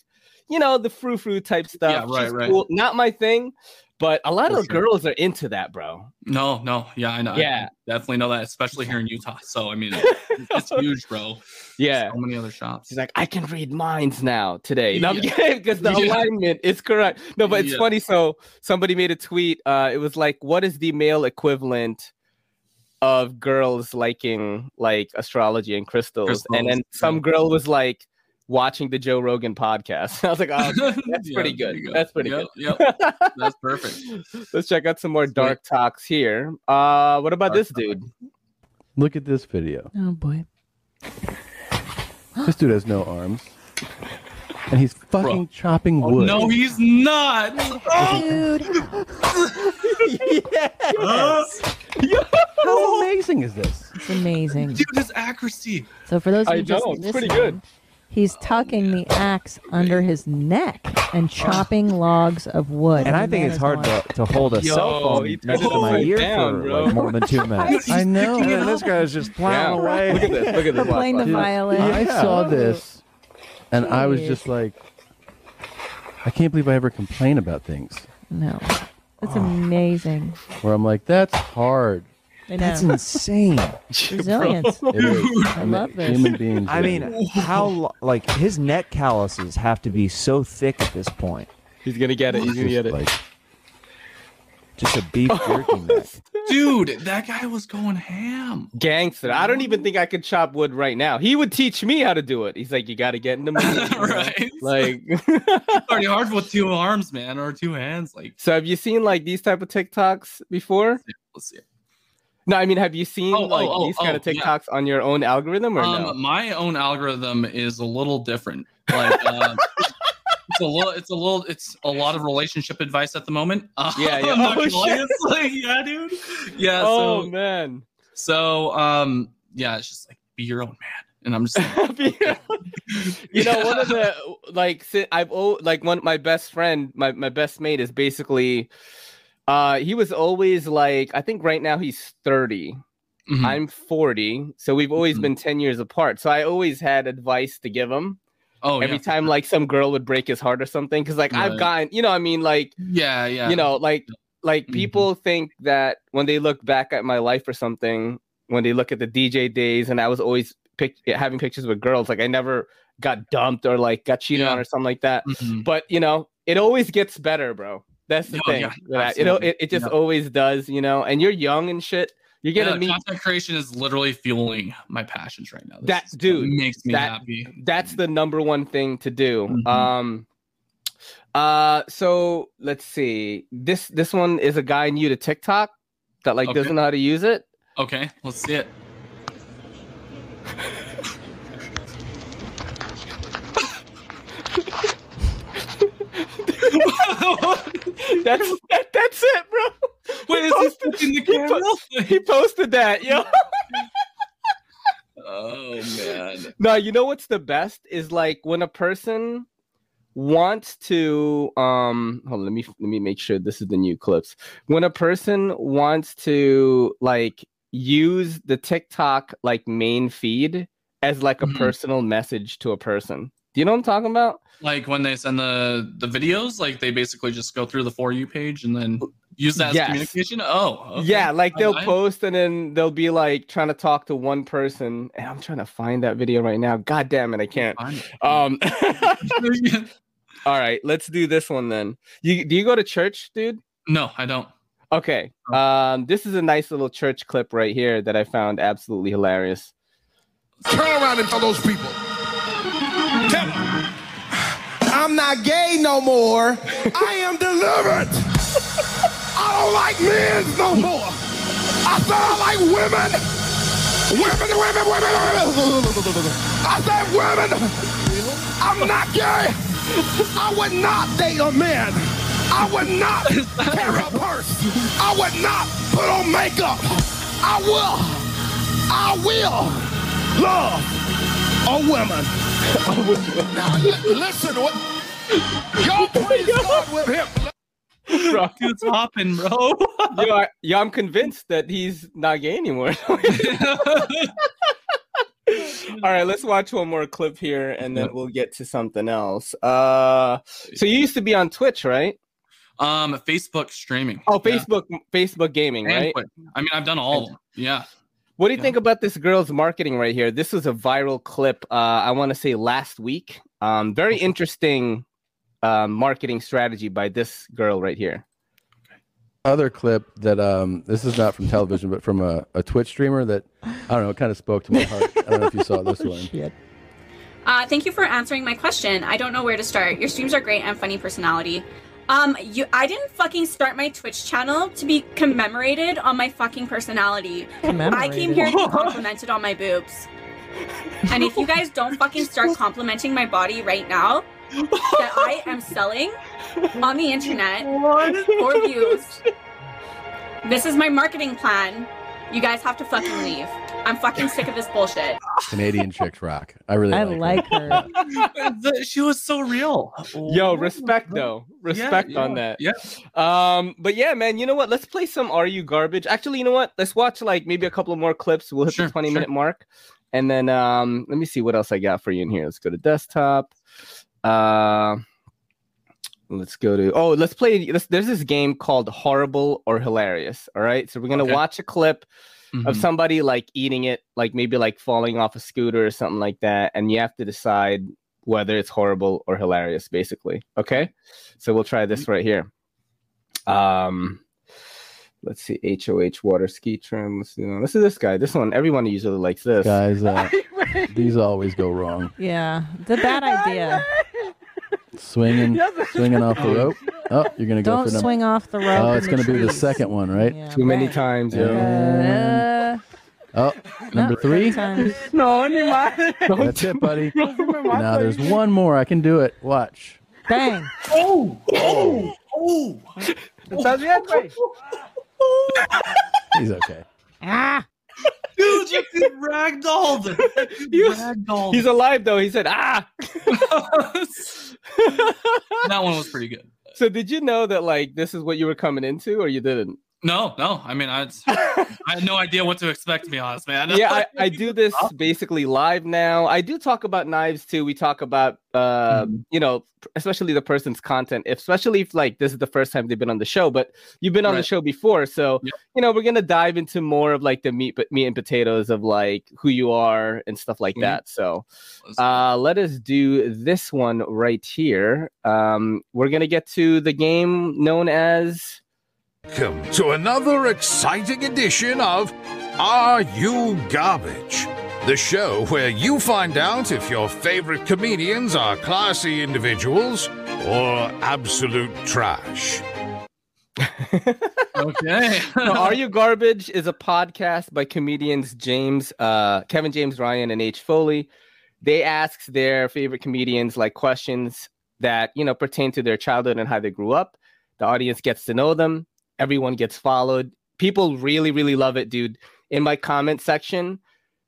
[SPEAKER 1] you know the frou frou type stuff
[SPEAKER 2] right,
[SPEAKER 1] She's
[SPEAKER 2] right.
[SPEAKER 1] cool. not my thing but a lot
[SPEAKER 2] For
[SPEAKER 1] of
[SPEAKER 2] sure.
[SPEAKER 1] girls are into that bro
[SPEAKER 2] <laughs> No, no, yeah, I know. I
[SPEAKER 1] Yeah.
[SPEAKER 2] definitely know that, especially here in Utah. So I
[SPEAKER 1] <laughs>
[SPEAKER 2] mean, it's, it's huge, bro.
[SPEAKER 1] yeah
[SPEAKER 2] so many other shops. <laughs>
[SPEAKER 1] She's like, I can read minds now today. No, I'm
[SPEAKER 2] Yeah.
[SPEAKER 1] kidding, because <laughs> the
[SPEAKER 2] Yeah.
[SPEAKER 1] alignment is correct. No, but it's
[SPEAKER 2] Yeah.
[SPEAKER 1] funny. So somebody made a tweet. Uh, it was like, what is the male equivalent of girls liking like astrology and crystals? And then
[SPEAKER 2] Crystals,
[SPEAKER 1] some
[SPEAKER 2] yeah.
[SPEAKER 1] girl was like watching the Joe Rogan podcast. <laughs> I was like, oh, that's
[SPEAKER 2] Yeah,
[SPEAKER 1] pretty
[SPEAKER 2] there
[SPEAKER 1] good.
[SPEAKER 2] you go.
[SPEAKER 1] That's pretty
[SPEAKER 2] Yep,
[SPEAKER 1] good.
[SPEAKER 2] Yep, that's
[SPEAKER 1] <laughs>
[SPEAKER 2] perfect.
[SPEAKER 1] Let's check out some more
[SPEAKER 2] Sweet.
[SPEAKER 1] dark talks here. Uh, what about
[SPEAKER 2] Dark
[SPEAKER 1] this
[SPEAKER 2] talk.
[SPEAKER 1] dude?
[SPEAKER 5] Look at this video.
[SPEAKER 6] Oh boy.
[SPEAKER 5] This dude has no arms. And he's fucking
[SPEAKER 2] Bro.
[SPEAKER 5] chopping wood.
[SPEAKER 2] No,
[SPEAKER 1] <laughs>
[SPEAKER 2] he's not.
[SPEAKER 6] Dude,
[SPEAKER 5] How amazing is this?
[SPEAKER 7] It's amazing.
[SPEAKER 2] Dude, his accuracy.
[SPEAKER 7] So for those of
[SPEAKER 1] I
[SPEAKER 7] you just
[SPEAKER 1] know, it's pretty
[SPEAKER 7] listening,
[SPEAKER 1] good.
[SPEAKER 7] he's tucking the axe under his neck and chopping logs of wood.
[SPEAKER 8] And I
[SPEAKER 7] The
[SPEAKER 8] think
[SPEAKER 7] man
[SPEAKER 8] it's
[SPEAKER 7] is
[SPEAKER 8] hard
[SPEAKER 7] going-
[SPEAKER 8] to, to hold a
[SPEAKER 1] Yo,
[SPEAKER 8] cell phone
[SPEAKER 1] he
[SPEAKER 8] next
[SPEAKER 1] turned
[SPEAKER 8] to my
[SPEAKER 1] it
[SPEAKER 8] ear
[SPEAKER 1] down,
[SPEAKER 8] for
[SPEAKER 1] bro.
[SPEAKER 8] like more than two minutes.
[SPEAKER 5] I
[SPEAKER 8] And
[SPEAKER 5] know.
[SPEAKER 8] then <laughs> this guy's just
[SPEAKER 1] Yeah.
[SPEAKER 8] plowing away.
[SPEAKER 1] Look at this. Look at this.
[SPEAKER 7] Or playing the
[SPEAKER 1] Watch, watch.
[SPEAKER 7] violin.
[SPEAKER 5] I saw
[SPEAKER 7] Oh.
[SPEAKER 5] this and I was
[SPEAKER 7] Jeez.
[SPEAKER 5] just like, I can't believe I ever complain about things
[SPEAKER 7] No, that's amazing.
[SPEAKER 5] where I'm like, that's hard.
[SPEAKER 7] I
[SPEAKER 5] That's
[SPEAKER 1] <laughs>
[SPEAKER 7] know.
[SPEAKER 5] insane.
[SPEAKER 7] <laughs>
[SPEAKER 8] <laughs>
[SPEAKER 7] Resilience. Oh,
[SPEAKER 5] It is.
[SPEAKER 7] I love this.
[SPEAKER 5] Human beings.
[SPEAKER 8] I
[SPEAKER 5] do
[SPEAKER 8] mean,
[SPEAKER 5] it.
[SPEAKER 8] how lo- like his neck calluses have to be so thick at this point.
[SPEAKER 1] He's gonna get it. He's gonna
[SPEAKER 5] Just
[SPEAKER 1] get it. <laughs>
[SPEAKER 5] like,
[SPEAKER 8] Just a beef jerky neck.
[SPEAKER 2] Dude, that guy was going ham.
[SPEAKER 1] gangster. I don't even think I could chop wood right now. He would teach me how to do it. He's like, you got to get in the
[SPEAKER 2] <laughs>
[SPEAKER 1] mood, you know?
[SPEAKER 2] right?
[SPEAKER 1] Like,
[SPEAKER 2] It's already hard with two arms, man, or two hands. Like,
[SPEAKER 1] so have you seen like these type of TikToks before?
[SPEAKER 2] let's see.
[SPEAKER 1] No, I mean, have you seen
[SPEAKER 2] Oh, oh,
[SPEAKER 1] like
[SPEAKER 2] oh,
[SPEAKER 1] these kind of
[SPEAKER 2] oh, yeah.
[SPEAKER 1] TikToks on your own algorithm or
[SPEAKER 2] Um,
[SPEAKER 1] no? <laughs>
[SPEAKER 2] my own algorithm is a little different. Like, uh, it's a little, it's a little, it's a lot of relationship advice at the moment. <laughs> Uh,
[SPEAKER 1] Yeah, yeah.
[SPEAKER 2] I'm not
[SPEAKER 1] Oh,
[SPEAKER 2] gonna lie.
[SPEAKER 1] shit.
[SPEAKER 2] It's <laughs> like, yeah, dude. Yeah.
[SPEAKER 1] oh
[SPEAKER 2] so,
[SPEAKER 1] man. <laughs>
[SPEAKER 2] so, um, yeah, it's just like be your own man, and I'm just
[SPEAKER 1] <laughs>
[SPEAKER 2] like, <laughs>
[SPEAKER 1] you know, one of the like si- I've oh like one my best friend, my my best mate is basically uh he was always like I think right now he's 30.
[SPEAKER 2] mhm.
[SPEAKER 1] I'm 40. So we've always
[SPEAKER 2] Mhm.
[SPEAKER 1] been 10 years apart. So I always had advice to give him
[SPEAKER 2] oh
[SPEAKER 1] every
[SPEAKER 2] yeah,
[SPEAKER 1] time like some girl would break his heart or something cuz like I've
[SPEAKER 2] Right.
[SPEAKER 1] gotten, you know, what I mean like
[SPEAKER 2] yeah, yeah.
[SPEAKER 1] you know like like
[SPEAKER 2] Mhm.
[SPEAKER 1] people think that when they look back at my life or something when they look at the dj days and i was always pic- having pictures with girls like i never got dumped or like got cheated
[SPEAKER 2] Yeah.
[SPEAKER 1] on or something like that
[SPEAKER 2] Mhm.
[SPEAKER 1] but you know it always gets better bro that's the
[SPEAKER 2] No,
[SPEAKER 1] thing
[SPEAKER 2] Oh, yeah,
[SPEAKER 1] that, you know
[SPEAKER 2] absolutely.
[SPEAKER 1] it, it just
[SPEAKER 2] Yeah.
[SPEAKER 1] always does you know and you're young and shit you're gonna
[SPEAKER 2] Yeah,
[SPEAKER 1] meet
[SPEAKER 2] content creation is literally fueling my passions right now. This
[SPEAKER 1] That-
[SPEAKER 2] is what
[SPEAKER 1] dude,
[SPEAKER 2] makes me
[SPEAKER 1] that-
[SPEAKER 2] happy.
[SPEAKER 1] that's the number one thing to do
[SPEAKER 2] Mhm.
[SPEAKER 1] um uh so let's see this this one is a guy new to tiktok that like
[SPEAKER 2] Okay.
[SPEAKER 1] doesn't know how to use
[SPEAKER 2] <laughs>
[SPEAKER 1] it
[SPEAKER 2] Okay, let's see it.
[SPEAKER 1] That's that, that's it, bro.
[SPEAKER 2] Wait, is this in
[SPEAKER 1] He
[SPEAKER 2] the camera?
[SPEAKER 1] put- He posted that, yo.
[SPEAKER 2] Oh man.
[SPEAKER 1] No, you know what's the best is like when a person wants to um hold on, let me let me make sure this is the new clips. When a person wants to like use the TikTok like main feed as like a
[SPEAKER 2] Mhm.
[SPEAKER 1] personal message to a person. Do you know what I'm talking about?
[SPEAKER 2] Like when they send the the videos, like they basically just go through the for you page and then use that
[SPEAKER 1] Yes.
[SPEAKER 2] as communication. Oh, okay.
[SPEAKER 1] Yeah, like they'll
[SPEAKER 2] Alright.
[SPEAKER 1] post and then they'll be like trying to talk to one person. And I'm trying to find that video right now. God damn it, I can't.
[SPEAKER 2] Fine. <laughs>
[SPEAKER 1] Um, <laughs> all right, let's do this one then. You do you go to church, dude?
[SPEAKER 2] no, I don't.
[SPEAKER 1] Okay. Um, this is a nice little church clip right here that I found absolutely hilarious.
[SPEAKER 9] Turn around and tell those people. Tell them. I'm not gay no more. I am delivered. I don't like men no more. I said I like women. Women, women, women, women. I said women. I'm not gay. I would not date a man. I would not carry a purse. I would not put on makeup. I will. I will love a woman. now li- listen, what? Y'all praise God with him.
[SPEAKER 1] Bro,
[SPEAKER 2] <laughs> Dude's hopping, bro. <laughs>
[SPEAKER 1] yo, I, yo, I'm convinced that he's not gay anymore. <laughs> all right, let's watch one more clip here and then we'll get to something else. Uh, so you used to be on Twitch, right?
[SPEAKER 2] um, Facebook streaming.
[SPEAKER 1] Oh,
[SPEAKER 2] Yeah.
[SPEAKER 1] Facebook, Facebook gaming,
[SPEAKER 2] And
[SPEAKER 1] right?
[SPEAKER 2] Twitch. I mean, I've done all of them. Yeah.
[SPEAKER 1] What do you
[SPEAKER 2] Yeah.
[SPEAKER 1] think about this girl's marketing right here? This was a viral clip. Uh, I want to say last week. Um, very interesting uh, marketing strategy by this girl right here.
[SPEAKER 5] Other clip that um, this is not from television, but from a, a Twitch streamer that I don't know, kind of spoke to my heart. I don't know if you saw this
[SPEAKER 7] <laughs>
[SPEAKER 5] one.
[SPEAKER 7] Shit.
[SPEAKER 10] Uh, thank you for answering my question. I don't know where to start. Your streams are great and funny personality. Um, you, I didn't fucking start my Twitch channel to be commemorated on my fucking personality. I came here to be complimented on my boobs. And if you guys don't fucking start complimenting my body right now, that I am selling on the internet for views, this is my marketing plan. You guys have to fucking leave. I'm fucking sick of this bullshit.
[SPEAKER 5] Canadian chicks rock. I really
[SPEAKER 7] I
[SPEAKER 5] like
[SPEAKER 7] like her.
[SPEAKER 2] <laughs> The- she was so real.
[SPEAKER 1] Yo, respect though,
[SPEAKER 2] Yeah,
[SPEAKER 1] respect on
[SPEAKER 2] yeah,
[SPEAKER 1] that.
[SPEAKER 2] Yeah.
[SPEAKER 1] Um, but yeah, man, you know what? Let's play some Are You Garbage. Actually, you know what? Let's watch like maybe a couple of more clips. We'll hit
[SPEAKER 2] Sure,
[SPEAKER 1] the 20
[SPEAKER 2] sure.
[SPEAKER 1] minute mark. And then um, let me see what else I got for you in here. Let's go to desktop. Uh, let's go to oh, let's play. Let's, there's this game called Horrible or Hilarious. All right, so we're gonna
[SPEAKER 2] Okay.
[SPEAKER 1] watch a clip of
[SPEAKER 2] Mhm.
[SPEAKER 1] somebody like eating it, like maybe like falling off a scooter or something like that, and you have to decide whether it's horrible or hilarious, basically. Okay, so we'll try this right here. Um, let's see, HOH water ski trim. Let's do this is this guy. This one, everyone usually likes this.
[SPEAKER 5] guys.
[SPEAKER 7] <laughs>
[SPEAKER 5] Uh, these always go wrong.
[SPEAKER 7] Yeah, it's a bad idea.
[SPEAKER 5] Swinging, swinging off the rope. Oh, you're gonna go
[SPEAKER 7] Don't
[SPEAKER 5] for number.
[SPEAKER 7] swing off the rope.
[SPEAKER 5] Oh,
[SPEAKER 7] in
[SPEAKER 5] it's gonna be the
[SPEAKER 7] trees.
[SPEAKER 5] second one, right?
[SPEAKER 7] Yeah,
[SPEAKER 1] Too many
[SPEAKER 7] right.
[SPEAKER 1] times,
[SPEAKER 5] Yeah.
[SPEAKER 1] yo.
[SPEAKER 7] Uh,
[SPEAKER 5] Oh, number
[SPEAKER 7] not
[SPEAKER 5] three.
[SPEAKER 7] times. <laughs>
[SPEAKER 5] That's it, buddy. now there's one more. I can do it. Watch.
[SPEAKER 7] Bang.
[SPEAKER 2] Oh, oh, oh.
[SPEAKER 5] He's okay.
[SPEAKER 7] Ah.
[SPEAKER 2] Dude,
[SPEAKER 1] <laughs>
[SPEAKER 2] you could ragdoll
[SPEAKER 1] He's alive though. He said, "Ah."
[SPEAKER 2] That one was pretty good.
[SPEAKER 1] So did you know that like this is what you were coming into, or you didn't?
[SPEAKER 2] No, no. I
[SPEAKER 1] <laughs>
[SPEAKER 2] mean, I, I had no idea what to expect. To be honest, <laughs> man.
[SPEAKER 1] yeah, I, I do this basically live now. I do talk about knives too. We talk about, uh, you know, especially the person's content, especially if like this is the first time they've been on the show. But you've been on the
[SPEAKER 2] Right.
[SPEAKER 1] show before, so you know we're gonna dive into more of like the meat, but meat and potatoes of like who you are and stuff like
[SPEAKER 2] Mhm.
[SPEAKER 1] that. So, uh, let us do this one right here. Um, we're gonna get to the game known as.
[SPEAKER 11] Welcome to another exciting edition of Are You Garbage? The show where you find out if your favorite comedians are classy individuals or absolute trash.
[SPEAKER 2] okay. <laughs>
[SPEAKER 1] So Are You Garbage is a podcast by comedians James, uh, Kevin James Ryan, and H. Foley. They ask their favorite comedians like questions that you know pertain to their childhood and how they grew up. The audience gets to know them. Everyone gets followed. People really, really love it, dude. In my comment section,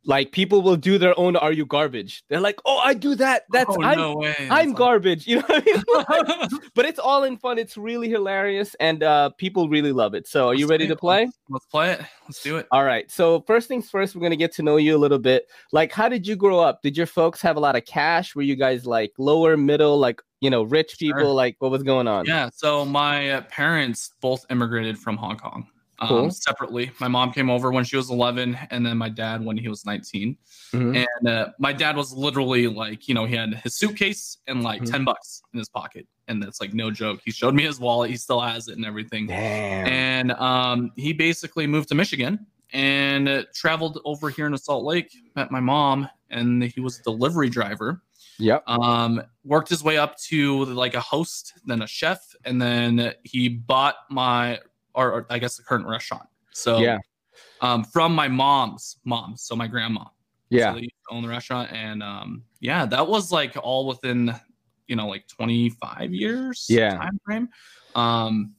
[SPEAKER 1] like people will do their own "Are You Garbage." They're like, "Oh, I do that. That's
[SPEAKER 2] <laughs> Oh,
[SPEAKER 1] I'm,
[SPEAKER 2] no way.
[SPEAKER 1] I'm
[SPEAKER 2] <laughs>
[SPEAKER 1] garbage." <laughs> You know, what I mean? but it's all in fun. It's really hilarious, and uh, people really love it. So, are you ready to play?
[SPEAKER 2] Let's play it. Let's do it.
[SPEAKER 1] All right. So first things first, we're gonna get to know you a little bit. Like, how did you grow up? Did your folks have a lot of cash? Were you guys like lower middle, like you know, rich people? Like, what was going on?
[SPEAKER 2] Yeah. So my uh, parents both immigrated from Hong Kong um,
[SPEAKER 1] Cool.
[SPEAKER 2] separately. My mom came over when she was 11, and then my dad when he was 19.
[SPEAKER 1] Mhm.
[SPEAKER 2] And uh, my dad was literally like, you know, he had his suitcase and like
[SPEAKER 1] Mhm.
[SPEAKER 2] 10 bucks in his pocket. And that's like no joke. He showed me his wallet. He still has it and everything. And um, he basically moved to Michigan and uh, traveled over here into Salt Lake, met my mom, and he was a delivery driver.
[SPEAKER 1] Yep.
[SPEAKER 2] Um, worked his way up to like a host, then a chef, and then he bought my, or, or I guess the current restaurant. So
[SPEAKER 1] Yeah.
[SPEAKER 2] um, from my mom's mom, so my grandma.
[SPEAKER 1] Yeah.
[SPEAKER 2] So they owned the restaurant, and um, yeah, that was like all within, you know, like 25 years.
[SPEAKER 1] Yeah.
[SPEAKER 2] Time frame. Um,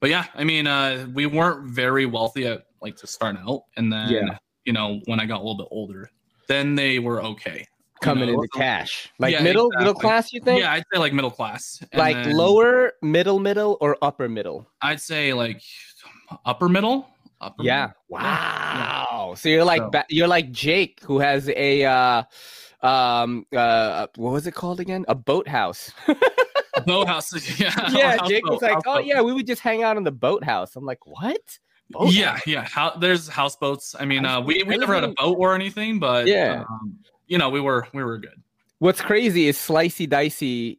[SPEAKER 2] but yeah, I mean, uh, we weren't very wealthy at like to start out, and then
[SPEAKER 1] Yeah.
[SPEAKER 2] you know when I got a little bit older, then they were okay. You
[SPEAKER 1] Coming
[SPEAKER 2] know?
[SPEAKER 1] into cash, like middle middle
[SPEAKER 2] exactly.
[SPEAKER 1] class. You think?
[SPEAKER 2] Yeah, I'd say like middle class. And
[SPEAKER 1] like
[SPEAKER 2] then
[SPEAKER 1] lower middle middle or upper middle?
[SPEAKER 2] I'd say like upper middle. Upper
[SPEAKER 1] Yeah.
[SPEAKER 2] middle.
[SPEAKER 1] Wow. So you're like
[SPEAKER 2] Mm-hmm. So-
[SPEAKER 1] ba- you're like Jake who has a uh um uh what was it called again? A
[SPEAKER 2] <laughs>
[SPEAKER 1] boathouse.
[SPEAKER 2] Boathouse. Yeah.
[SPEAKER 1] <laughs> yeah,
[SPEAKER 2] houseboat,
[SPEAKER 1] Jake was like, "Oh
[SPEAKER 2] houseboat.
[SPEAKER 1] yeah, we would just hang out in the boathouse." I'm like, "What?"
[SPEAKER 2] yeah, yeah. How, there's houseboats. I mean, uh, we, we never had a boat or anything, but
[SPEAKER 1] Yeah.
[SPEAKER 2] um, you know, we were we were good.
[SPEAKER 1] What's crazy is Slicey Dicey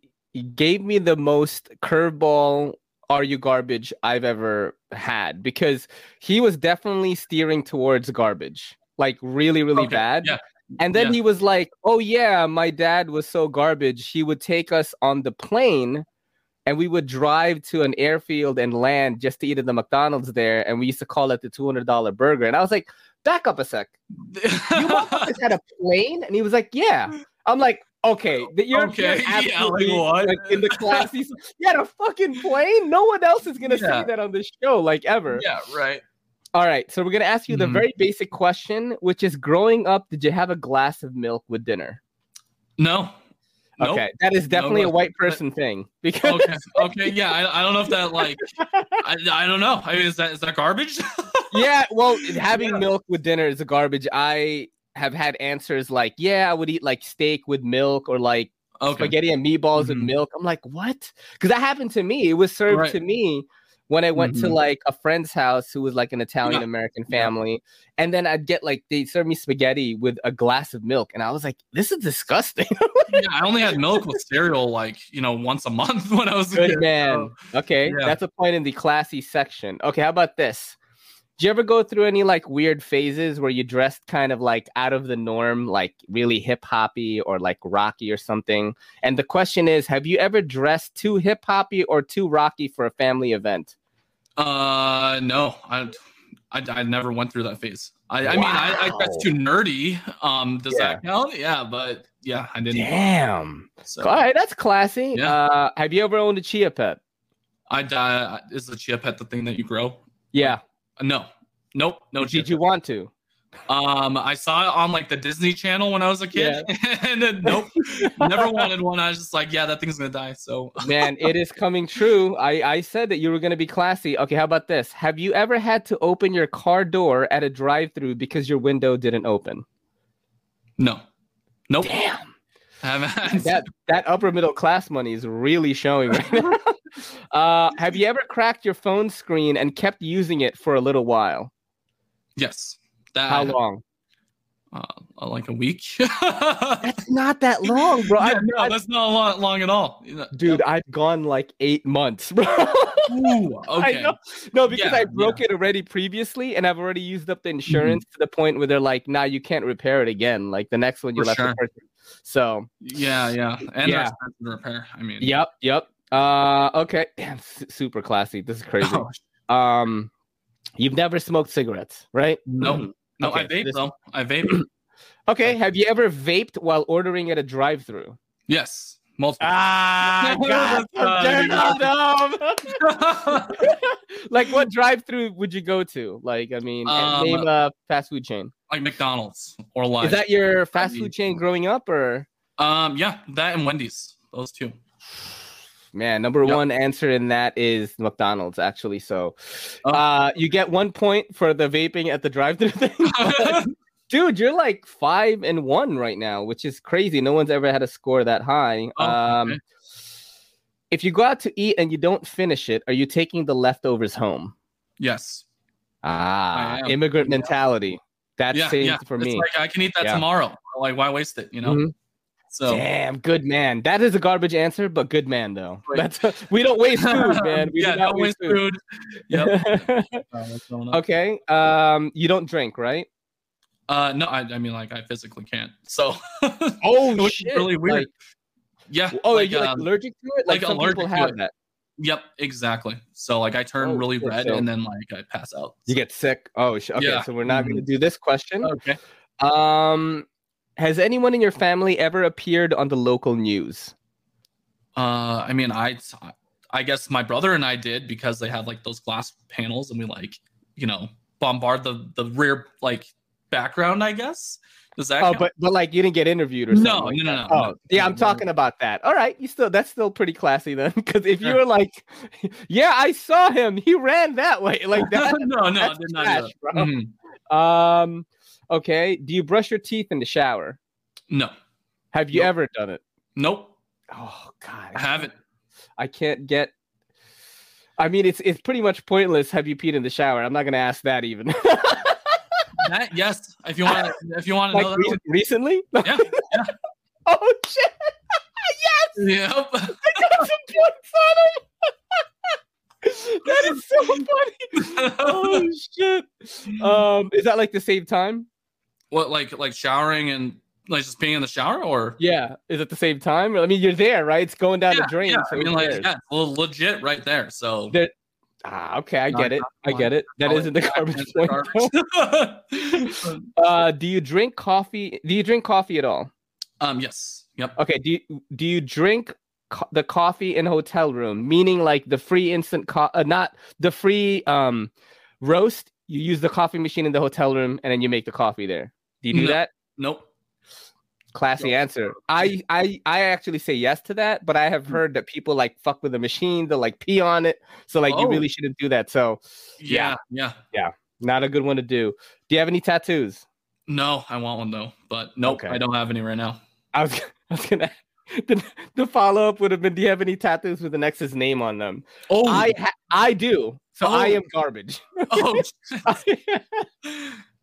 [SPEAKER 1] gave me the most curveball are you garbage I've ever had because he was definitely steering towards garbage, like really, really bad.
[SPEAKER 2] yeah,
[SPEAKER 1] And then
[SPEAKER 2] yeah.
[SPEAKER 1] he was like, Oh, yeah, my dad was so garbage. He would take us on the plane and we would drive to an airfield and land just to eat at the McDonald's there. And we used to call it the $200 burger. And I was like, Back up a sec. <laughs> You motherfuckers had a plane? And he was like, Yeah. I'm like,
[SPEAKER 2] <laughs>
[SPEAKER 1] Okay, the, you're,
[SPEAKER 2] Okay,
[SPEAKER 1] you're
[SPEAKER 2] yeah, like
[SPEAKER 1] absolutely
[SPEAKER 2] what?
[SPEAKER 1] like, in the class. He's, you had a fucking plane? No one else is going to
[SPEAKER 2] Yeah.
[SPEAKER 1] say that on this show, like ever.
[SPEAKER 2] <laughs> Yeah, Mm-hmm. right.
[SPEAKER 1] All right, so we're gonna ask you the very basic question, which is: Growing up, did you have a glass of milk with dinner?
[SPEAKER 2] No. Nope.
[SPEAKER 1] Okay, that is
[SPEAKER 2] No,
[SPEAKER 1] definitely a
[SPEAKER 2] but-
[SPEAKER 1] white person thing <laughs> because
[SPEAKER 2] <laughs> Okay. Okay. Yeah. I, I don't know if
[SPEAKER 1] <laughs>
[SPEAKER 2] that like I, I don't know. I mean, is that is that garbage? <laughs>
[SPEAKER 1] yeah, well, having milk with dinner is a garbage. I have had answers like, "Yeah, I would eat like steak with milk," or like
[SPEAKER 2] Okay. Mm-hmm.
[SPEAKER 1] spaghetti and meatballs with milk. I'm like, "What?" Because that happened to me. It was served
[SPEAKER 2] Right.
[SPEAKER 1] to me when I went
[SPEAKER 2] Mhm.
[SPEAKER 1] to like a friend's house who was like an Italian American family, and then I'd get like they served me spaghetti with a glass of milk, and I was like, "This is disgusting."
[SPEAKER 2] yeah, I only had milk with cereal like you know once a month <laughs> when I was a
[SPEAKER 1] Good
[SPEAKER 2] kid,
[SPEAKER 1] man.
[SPEAKER 2] so-
[SPEAKER 1] Okay,
[SPEAKER 2] Yeah.
[SPEAKER 1] that's a point in the classy section. Okay, how about this? Did you ever go through any like weird phases where you dressed kind of like out of the norm, like really hip hoppy or like rocky or something? And the question is, have you ever dressed too hip hoppy or too rocky for a family event?
[SPEAKER 2] Uh, no, I, I, I never went through that phase. I, I mean, I, I
[SPEAKER 1] Wow.
[SPEAKER 2] that's too nerdy. Um, does that count? Yeah, but yeah, I didn't.
[SPEAKER 1] Damn.
[SPEAKER 2] So-
[SPEAKER 1] All right, that's classy. Uh, have you ever owned a chia pet?
[SPEAKER 2] I die. Is the chia pet the thing that you grow? Uh,
[SPEAKER 1] Yeah.
[SPEAKER 2] No. Nope. No. Did
[SPEAKER 1] you want to?
[SPEAKER 2] Um, I saw it on like the Disney Channel when I was a kid, <laughs> and then nope, never wanted one. I was just like, yeah, that thing's gonna die. So <laughs>
[SPEAKER 1] Man, it is coming true. I, I said that you were going to be classy. Okay, how about this? Have you ever had to open your car door at a drive through because your window didn't open?
[SPEAKER 2] No. Nope.
[SPEAKER 1] Damn.
[SPEAKER 2] that,
[SPEAKER 1] that upper middle class money is really showing right <laughs> now. uh, have you ever cracked your phone screen and kept using it for a little while?
[SPEAKER 2] <laughs> yes. That
[SPEAKER 1] How long?
[SPEAKER 2] Uh, like a week. <laughs>
[SPEAKER 1] That's not that long, <laughs> bro.
[SPEAKER 2] Yeah, no, that's not long, long at all.
[SPEAKER 1] Dude, I've gone like eight months, bro. <laughs> I
[SPEAKER 2] okay.
[SPEAKER 1] know. No, because
[SPEAKER 2] Yeah, Mm-hmm.
[SPEAKER 1] I broke it already previously, and I've already used up the insurance to the point where they're like, "Nah, you can't repair it again." Like the next one you
[SPEAKER 2] For
[SPEAKER 1] left
[SPEAKER 2] sure.
[SPEAKER 1] the person. So,
[SPEAKER 2] Yeah, yeah, and
[SPEAKER 1] Yeah.
[SPEAKER 2] yeah. expensive to repair. I mean,
[SPEAKER 1] yep, yep. Uh, okay, <laughs> damn, su- super classy. This is crazy.
[SPEAKER 2] Oh,
[SPEAKER 1] Um, you've never smoked cigarettes, right? Mm-hmm.
[SPEAKER 2] No, no, I vape though.
[SPEAKER 1] <clears throat>
[SPEAKER 2] I vape.
[SPEAKER 1] Okay, have you ever vaped while ordering at a drive-through?
[SPEAKER 2] yes, multiple.
[SPEAKER 1] <laughs> Ah, God, damn Ah. <laughs> like what drive-through would you go to? Like, I mean, and
[SPEAKER 2] Um,
[SPEAKER 1] name a fast food chain.
[SPEAKER 2] <laughs> like McDonald's or like
[SPEAKER 1] Is that your fast food chain growing up, or
[SPEAKER 2] Um, yeah, that and Wendy's,
[SPEAKER 1] <laughs>
[SPEAKER 2] those two.
[SPEAKER 1] man? Number one answer in that is McDonald's, actually. So,
[SPEAKER 2] Oh.
[SPEAKER 1] uh, you get one point for the vaping at the drive-through thing.
[SPEAKER 2] <laughs>
[SPEAKER 1] <laughs> but, dude, you're like five and one right now, which is crazy. No one's ever had a score that high.
[SPEAKER 2] Oh,
[SPEAKER 1] um, if you go out to eat and you don't finish it, are you taking the leftovers home?
[SPEAKER 2] Yes. I
[SPEAKER 1] Ah,
[SPEAKER 2] am.
[SPEAKER 1] immigrant mentality. That
[SPEAKER 2] yeah,
[SPEAKER 1] saves
[SPEAKER 2] yeah.
[SPEAKER 1] for
[SPEAKER 2] it's
[SPEAKER 1] me.
[SPEAKER 2] Like I can eat that
[SPEAKER 1] Yeah.
[SPEAKER 2] tomorrow. Like why waste it? You know.
[SPEAKER 1] Mhm.
[SPEAKER 2] So
[SPEAKER 1] Damn, good man. That is a garbage answer, but good man though. That's we don't waste food,
[SPEAKER 2] <laughs>
[SPEAKER 1] man. We
[SPEAKER 2] yeah,
[SPEAKER 1] do not
[SPEAKER 2] don't waste food.
[SPEAKER 1] <laughs>
[SPEAKER 2] Yep. Uh, what's going on?
[SPEAKER 1] okay. Um, you don't drink, right?
[SPEAKER 2] Uh, no, I, I mean like I physically can't. So <laughs>
[SPEAKER 1] oh,
[SPEAKER 2] which
[SPEAKER 1] shit,
[SPEAKER 2] is really weird.
[SPEAKER 1] like-
[SPEAKER 2] yeah.
[SPEAKER 1] Oh, are you like
[SPEAKER 2] um,
[SPEAKER 1] allergic to it? Like,
[SPEAKER 2] like
[SPEAKER 1] some people
[SPEAKER 2] allergic to
[SPEAKER 1] have
[SPEAKER 2] it.
[SPEAKER 1] that.
[SPEAKER 2] Yep, exactly. So like I turn
[SPEAKER 1] Oh,
[SPEAKER 2] really
[SPEAKER 1] shit,
[SPEAKER 2] red
[SPEAKER 1] so-
[SPEAKER 2] and then like I pass out.
[SPEAKER 1] You get sick. Oh, sh- okay.
[SPEAKER 2] Yeah. Oh.
[SPEAKER 1] So we're not going to do this question.
[SPEAKER 2] Okay.
[SPEAKER 1] Um, has anyone in your family ever appeared on the local news?
[SPEAKER 2] Uh, I mean, I, I guess my brother and I did because they have like those glass panels, and we like, you know, bombard the the rear like background. I guess does that?
[SPEAKER 1] Oh,
[SPEAKER 2] <laughs> count?
[SPEAKER 1] but but like you didn't get interviewed or
[SPEAKER 2] No,
[SPEAKER 1] something. like
[SPEAKER 2] no, no,
[SPEAKER 1] that.
[SPEAKER 2] no,
[SPEAKER 1] Oh,
[SPEAKER 2] no.
[SPEAKER 1] yeah, I'm talking about that. All right, you still that's still pretty classy then, <laughs> because if you were like, <laughs> yeah, I saw him, he ran that way, <laughs> like that.
[SPEAKER 2] <laughs> no, no,
[SPEAKER 1] that's
[SPEAKER 2] did not do
[SPEAKER 1] trash, bro.
[SPEAKER 2] that. Mhm.
[SPEAKER 1] Um, okay. Do you brush your teeth in the shower?
[SPEAKER 2] No.
[SPEAKER 1] Have you ever done it?
[SPEAKER 2] Nope.
[SPEAKER 1] Oh God,
[SPEAKER 2] I haven't.
[SPEAKER 1] I can't get. I mean, it's it's pretty much pointless. Have you peed in the shower? I'm not gonna ask that even. <laughs>
[SPEAKER 2] That yes. If you want, if you want to
[SPEAKER 1] like
[SPEAKER 2] know that,
[SPEAKER 1] re-
[SPEAKER 2] one.
[SPEAKER 1] recently? <laughs> Yeah. oh shit! <laughs> yes.
[SPEAKER 2] Yep. I
[SPEAKER 1] got some points on it. <laughs> that is so funny. oh shit! Um, is that like the same time?
[SPEAKER 2] <laughs> what like like showering and like just being in the shower or
[SPEAKER 1] Yeah. Is it the same time? I mean, you're there, right? It's going down
[SPEAKER 2] yeah,
[SPEAKER 1] the drain.
[SPEAKER 2] yeah,
[SPEAKER 1] so
[SPEAKER 2] I
[SPEAKER 1] who
[SPEAKER 2] mean like
[SPEAKER 1] cares?
[SPEAKER 2] yeah, well, legit right there.
[SPEAKER 1] <laughs>
[SPEAKER 2] So
[SPEAKER 1] That- ah, okay, I
[SPEAKER 2] No,
[SPEAKER 1] get it.
[SPEAKER 2] not
[SPEAKER 1] I get
[SPEAKER 2] mine.
[SPEAKER 1] it. That
[SPEAKER 2] Oh,
[SPEAKER 1] isn't the
[SPEAKER 2] yeah,
[SPEAKER 1] garbage
[SPEAKER 2] that's
[SPEAKER 1] <laughs>
[SPEAKER 2] Um,
[SPEAKER 1] point.
[SPEAKER 2] the <laughs> garbage.
[SPEAKER 1] though. uh, do you drink coffee? Do you drink coffee at all?
[SPEAKER 2] um yes yep
[SPEAKER 1] Okay. Do you do you drink co- the coffee in hotel room? Meaning like the free instant co- uh, not the free um roast. You use the coffee machine in the hotel room, and then you make the coffee there. Do you do
[SPEAKER 2] No.
[SPEAKER 1] that?
[SPEAKER 2] nope
[SPEAKER 1] Classy answer. I, I I actually say yes to that, but I have heard that people like fuck with the machine, they'll like pee on it. So like you
[SPEAKER 2] Oh.
[SPEAKER 1] really shouldn't do that. So
[SPEAKER 2] yeah
[SPEAKER 1] yeah.
[SPEAKER 2] yeah
[SPEAKER 1] Yeah. Not a good one to do. Do you have any tattoos?
[SPEAKER 2] No, I want one though, but nope,
[SPEAKER 1] Okay.
[SPEAKER 2] I don't have any right now.
[SPEAKER 1] I was, <laughs> I was gonna the, the follow up would have been do you have any tattoos with an ex's name on them?
[SPEAKER 2] Oh
[SPEAKER 1] I ha- I do. So I
[SPEAKER 2] Oh.
[SPEAKER 1] am garbage. <laughs>
[SPEAKER 2] Oh, <laughs>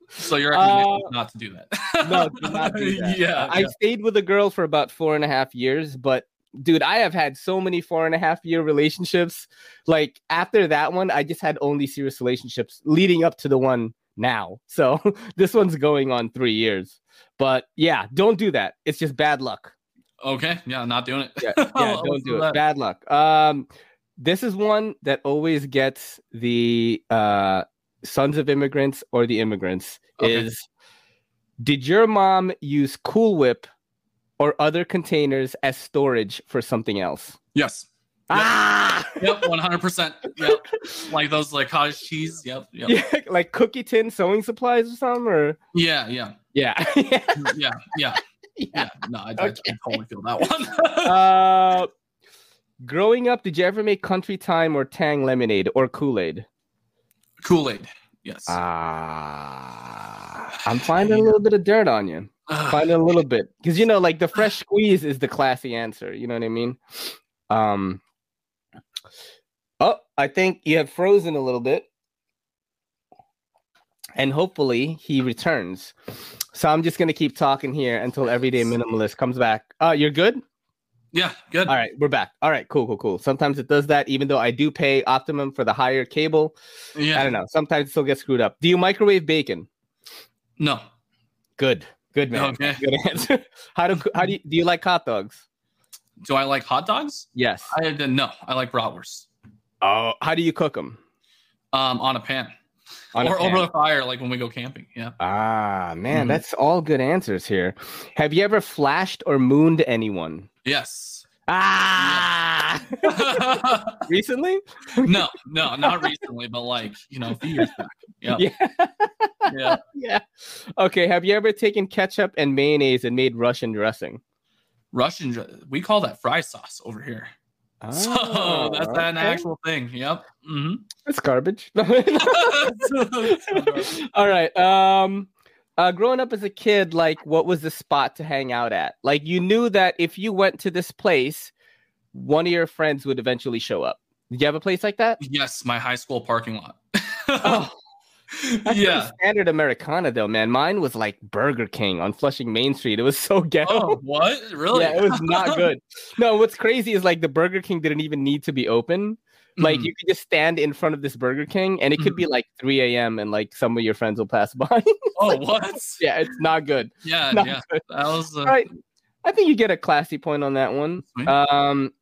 [SPEAKER 2] so your recommendation is not to do that.
[SPEAKER 1] Uh, no, do not do that.
[SPEAKER 2] <laughs> yeah,
[SPEAKER 1] I
[SPEAKER 2] yeah.
[SPEAKER 1] stayed with a girl for about four and a half years, but dude, I have had so many four and a half year relationships. Like after that one, I just had only serious relationships leading up to the one now. So <laughs> this one's going on three years. But yeah, don't do that. It's just bad luck.
[SPEAKER 2] Okay, yeah, not doing it. <laughs>
[SPEAKER 1] Yeah,
[SPEAKER 2] I'll-
[SPEAKER 1] yeah
[SPEAKER 2] I'll
[SPEAKER 1] don't do it.
[SPEAKER 2] that.
[SPEAKER 1] Bad luck. Um, this is one that always gets the uh, sons of immigrants or the immigrants.
[SPEAKER 2] Okay.
[SPEAKER 1] Is did your mom use Cool Whip or other containers as storage for something else. Ah!
[SPEAKER 2] Yes. Yep, one hundred percent. Yep, like those like cottage cheese. Yep, yep. Yeah,
[SPEAKER 1] <laughs> Yeah, like cookie tin sewing supplies or something or
[SPEAKER 2] yeah, yeah,
[SPEAKER 1] yeah.
[SPEAKER 2] yeah, yeah. No, I, I- I totally feel that one.
[SPEAKER 1] <laughs>
[SPEAKER 2] <laughs>
[SPEAKER 1] uh, growing up, did you ever make country time or tang lemonade or Kool-Aid?
[SPEAKER 2] Kool-Aid, yes.
[SPEAKER 1] Uh, Ah, I'm finding a little bit of dirt on you.
[SPEAKER 2] Ah,
[SPEAKER 1] finding a little bit because you know, like the fresh squeeze is the classy answer. You know what I mean? Um. Oh, I think you have frozen a little bit. And hopefully he returns. So I'm just gonna keep talking here until everyday minimalist comes back. Uh you're good?
[SPEAKER 2] Yeah, good.
[SPEAKER 1] All right, we're back. All right, cool, cool, cool. Sometimes it does that, even though I do pay Optimum for the higher cable.
[SPEAKER 2] Yeah.
[SPEAKER 1] I don't know. Sometimes it still gets screwed up. Do you microwave bacon?
[SPEAKER 2] No.
[SPEAKER 1] Good. Good man.
[SPEAKER 2] Okay.
[SPEAKER 1] Good answer. <laughs> How do how do you do you like hot dogs?
[SPEAKER 2] Do I like hot dogs?
[SPEAKER 1] Yes.
[SPEAKER 2] I didn't. No, I like bratwurst.
[SPEAKER 1] Oh, how do you cook them?
[SPEAKER 2] Um, on a pan.
[SPEAKER 1] On a
[SPEAKER 2] or
[SPEAKER 1] pan.
[SPEAKER 2] over the fire, like when we go camping. Yeah.
[SPEAKER 1] Ah, man,
[SPEAKER 2] Mhm.
[SPEAKER 1] that's all good answers here. Have you ever flashed or mooned anyone?
[SPEAKER 2] Yes. <laughs>
[SPEAKER 1] Ah. <laughs> Recently?
[SPEAKER 2] no, no, not recently, but like you know, a few years back. Yeah.
[SPEAKER 1] <laughs> Yeah.
[SPEAKER 2] Yeah.
[SPEAKER 1] yeah. Okay. Have you ever taken ketchup and mayonnaise and made Russian dressing?
[SPEAKER 2] Russian, dr- we call that fry sauce over here. <laughs> so
[SPEAKER 1] Oh,
[SPEAKER 2] that's an
[SPEAKER 1] okay.
[SPEAKER 2] actual thing. Yep. hmm
[SPEAKER 1] That's garbage. <laughs> All right. Um, uh, growing up as a kid, like, what was the spot to hang out at? Like, you knew that if you went to this place, one of your friends would eventually show up. Did you have a place like that?
[SPEAKER 2] <laughs> Yes, my high school parking lot.
[SPEAKER 1] <laughs> Oh, That's
[SPEAKER 2] Oh, <laughs> yeah.
[SPEAKER 1] pretty standard Americana, though, man. Mine was like Burger King on Flushing Main Street. It was so <laughs> ghetto.
[SPEAKER 2] Oh, what? Really?
[SPEAKER 1] Yeah, it was
[SPEAKER 2] <laughs>
[SPEAKER 1] not good. No, what's crazy is like the Burger King didn't even need to be open. Like
[SPEAKER 2] Mhm.
[SPEAKER 1] you could just stand in front of this Burger King, and it could be
[SPEAKER 2] Mm-hmm.
[SPEAKER 1] like 3 a.m. and like some of your friends will pass <laughs> by.
[SPEAKER 2] oh, what?
[SPEAKER 1] <laughs> yeah, it's not good.
[SPEAKER 2] Yeah,
[SPEAKER 1] Not
[SPEAKER 2] yeah.
[SPEAKER 1] good.
[SPEAKER 2] That was uh,
[SPEAKER 1] All right, I think you get a classy point on that one.
[SPEAKER 2] Sweet.
[SPEAKER 1] Um,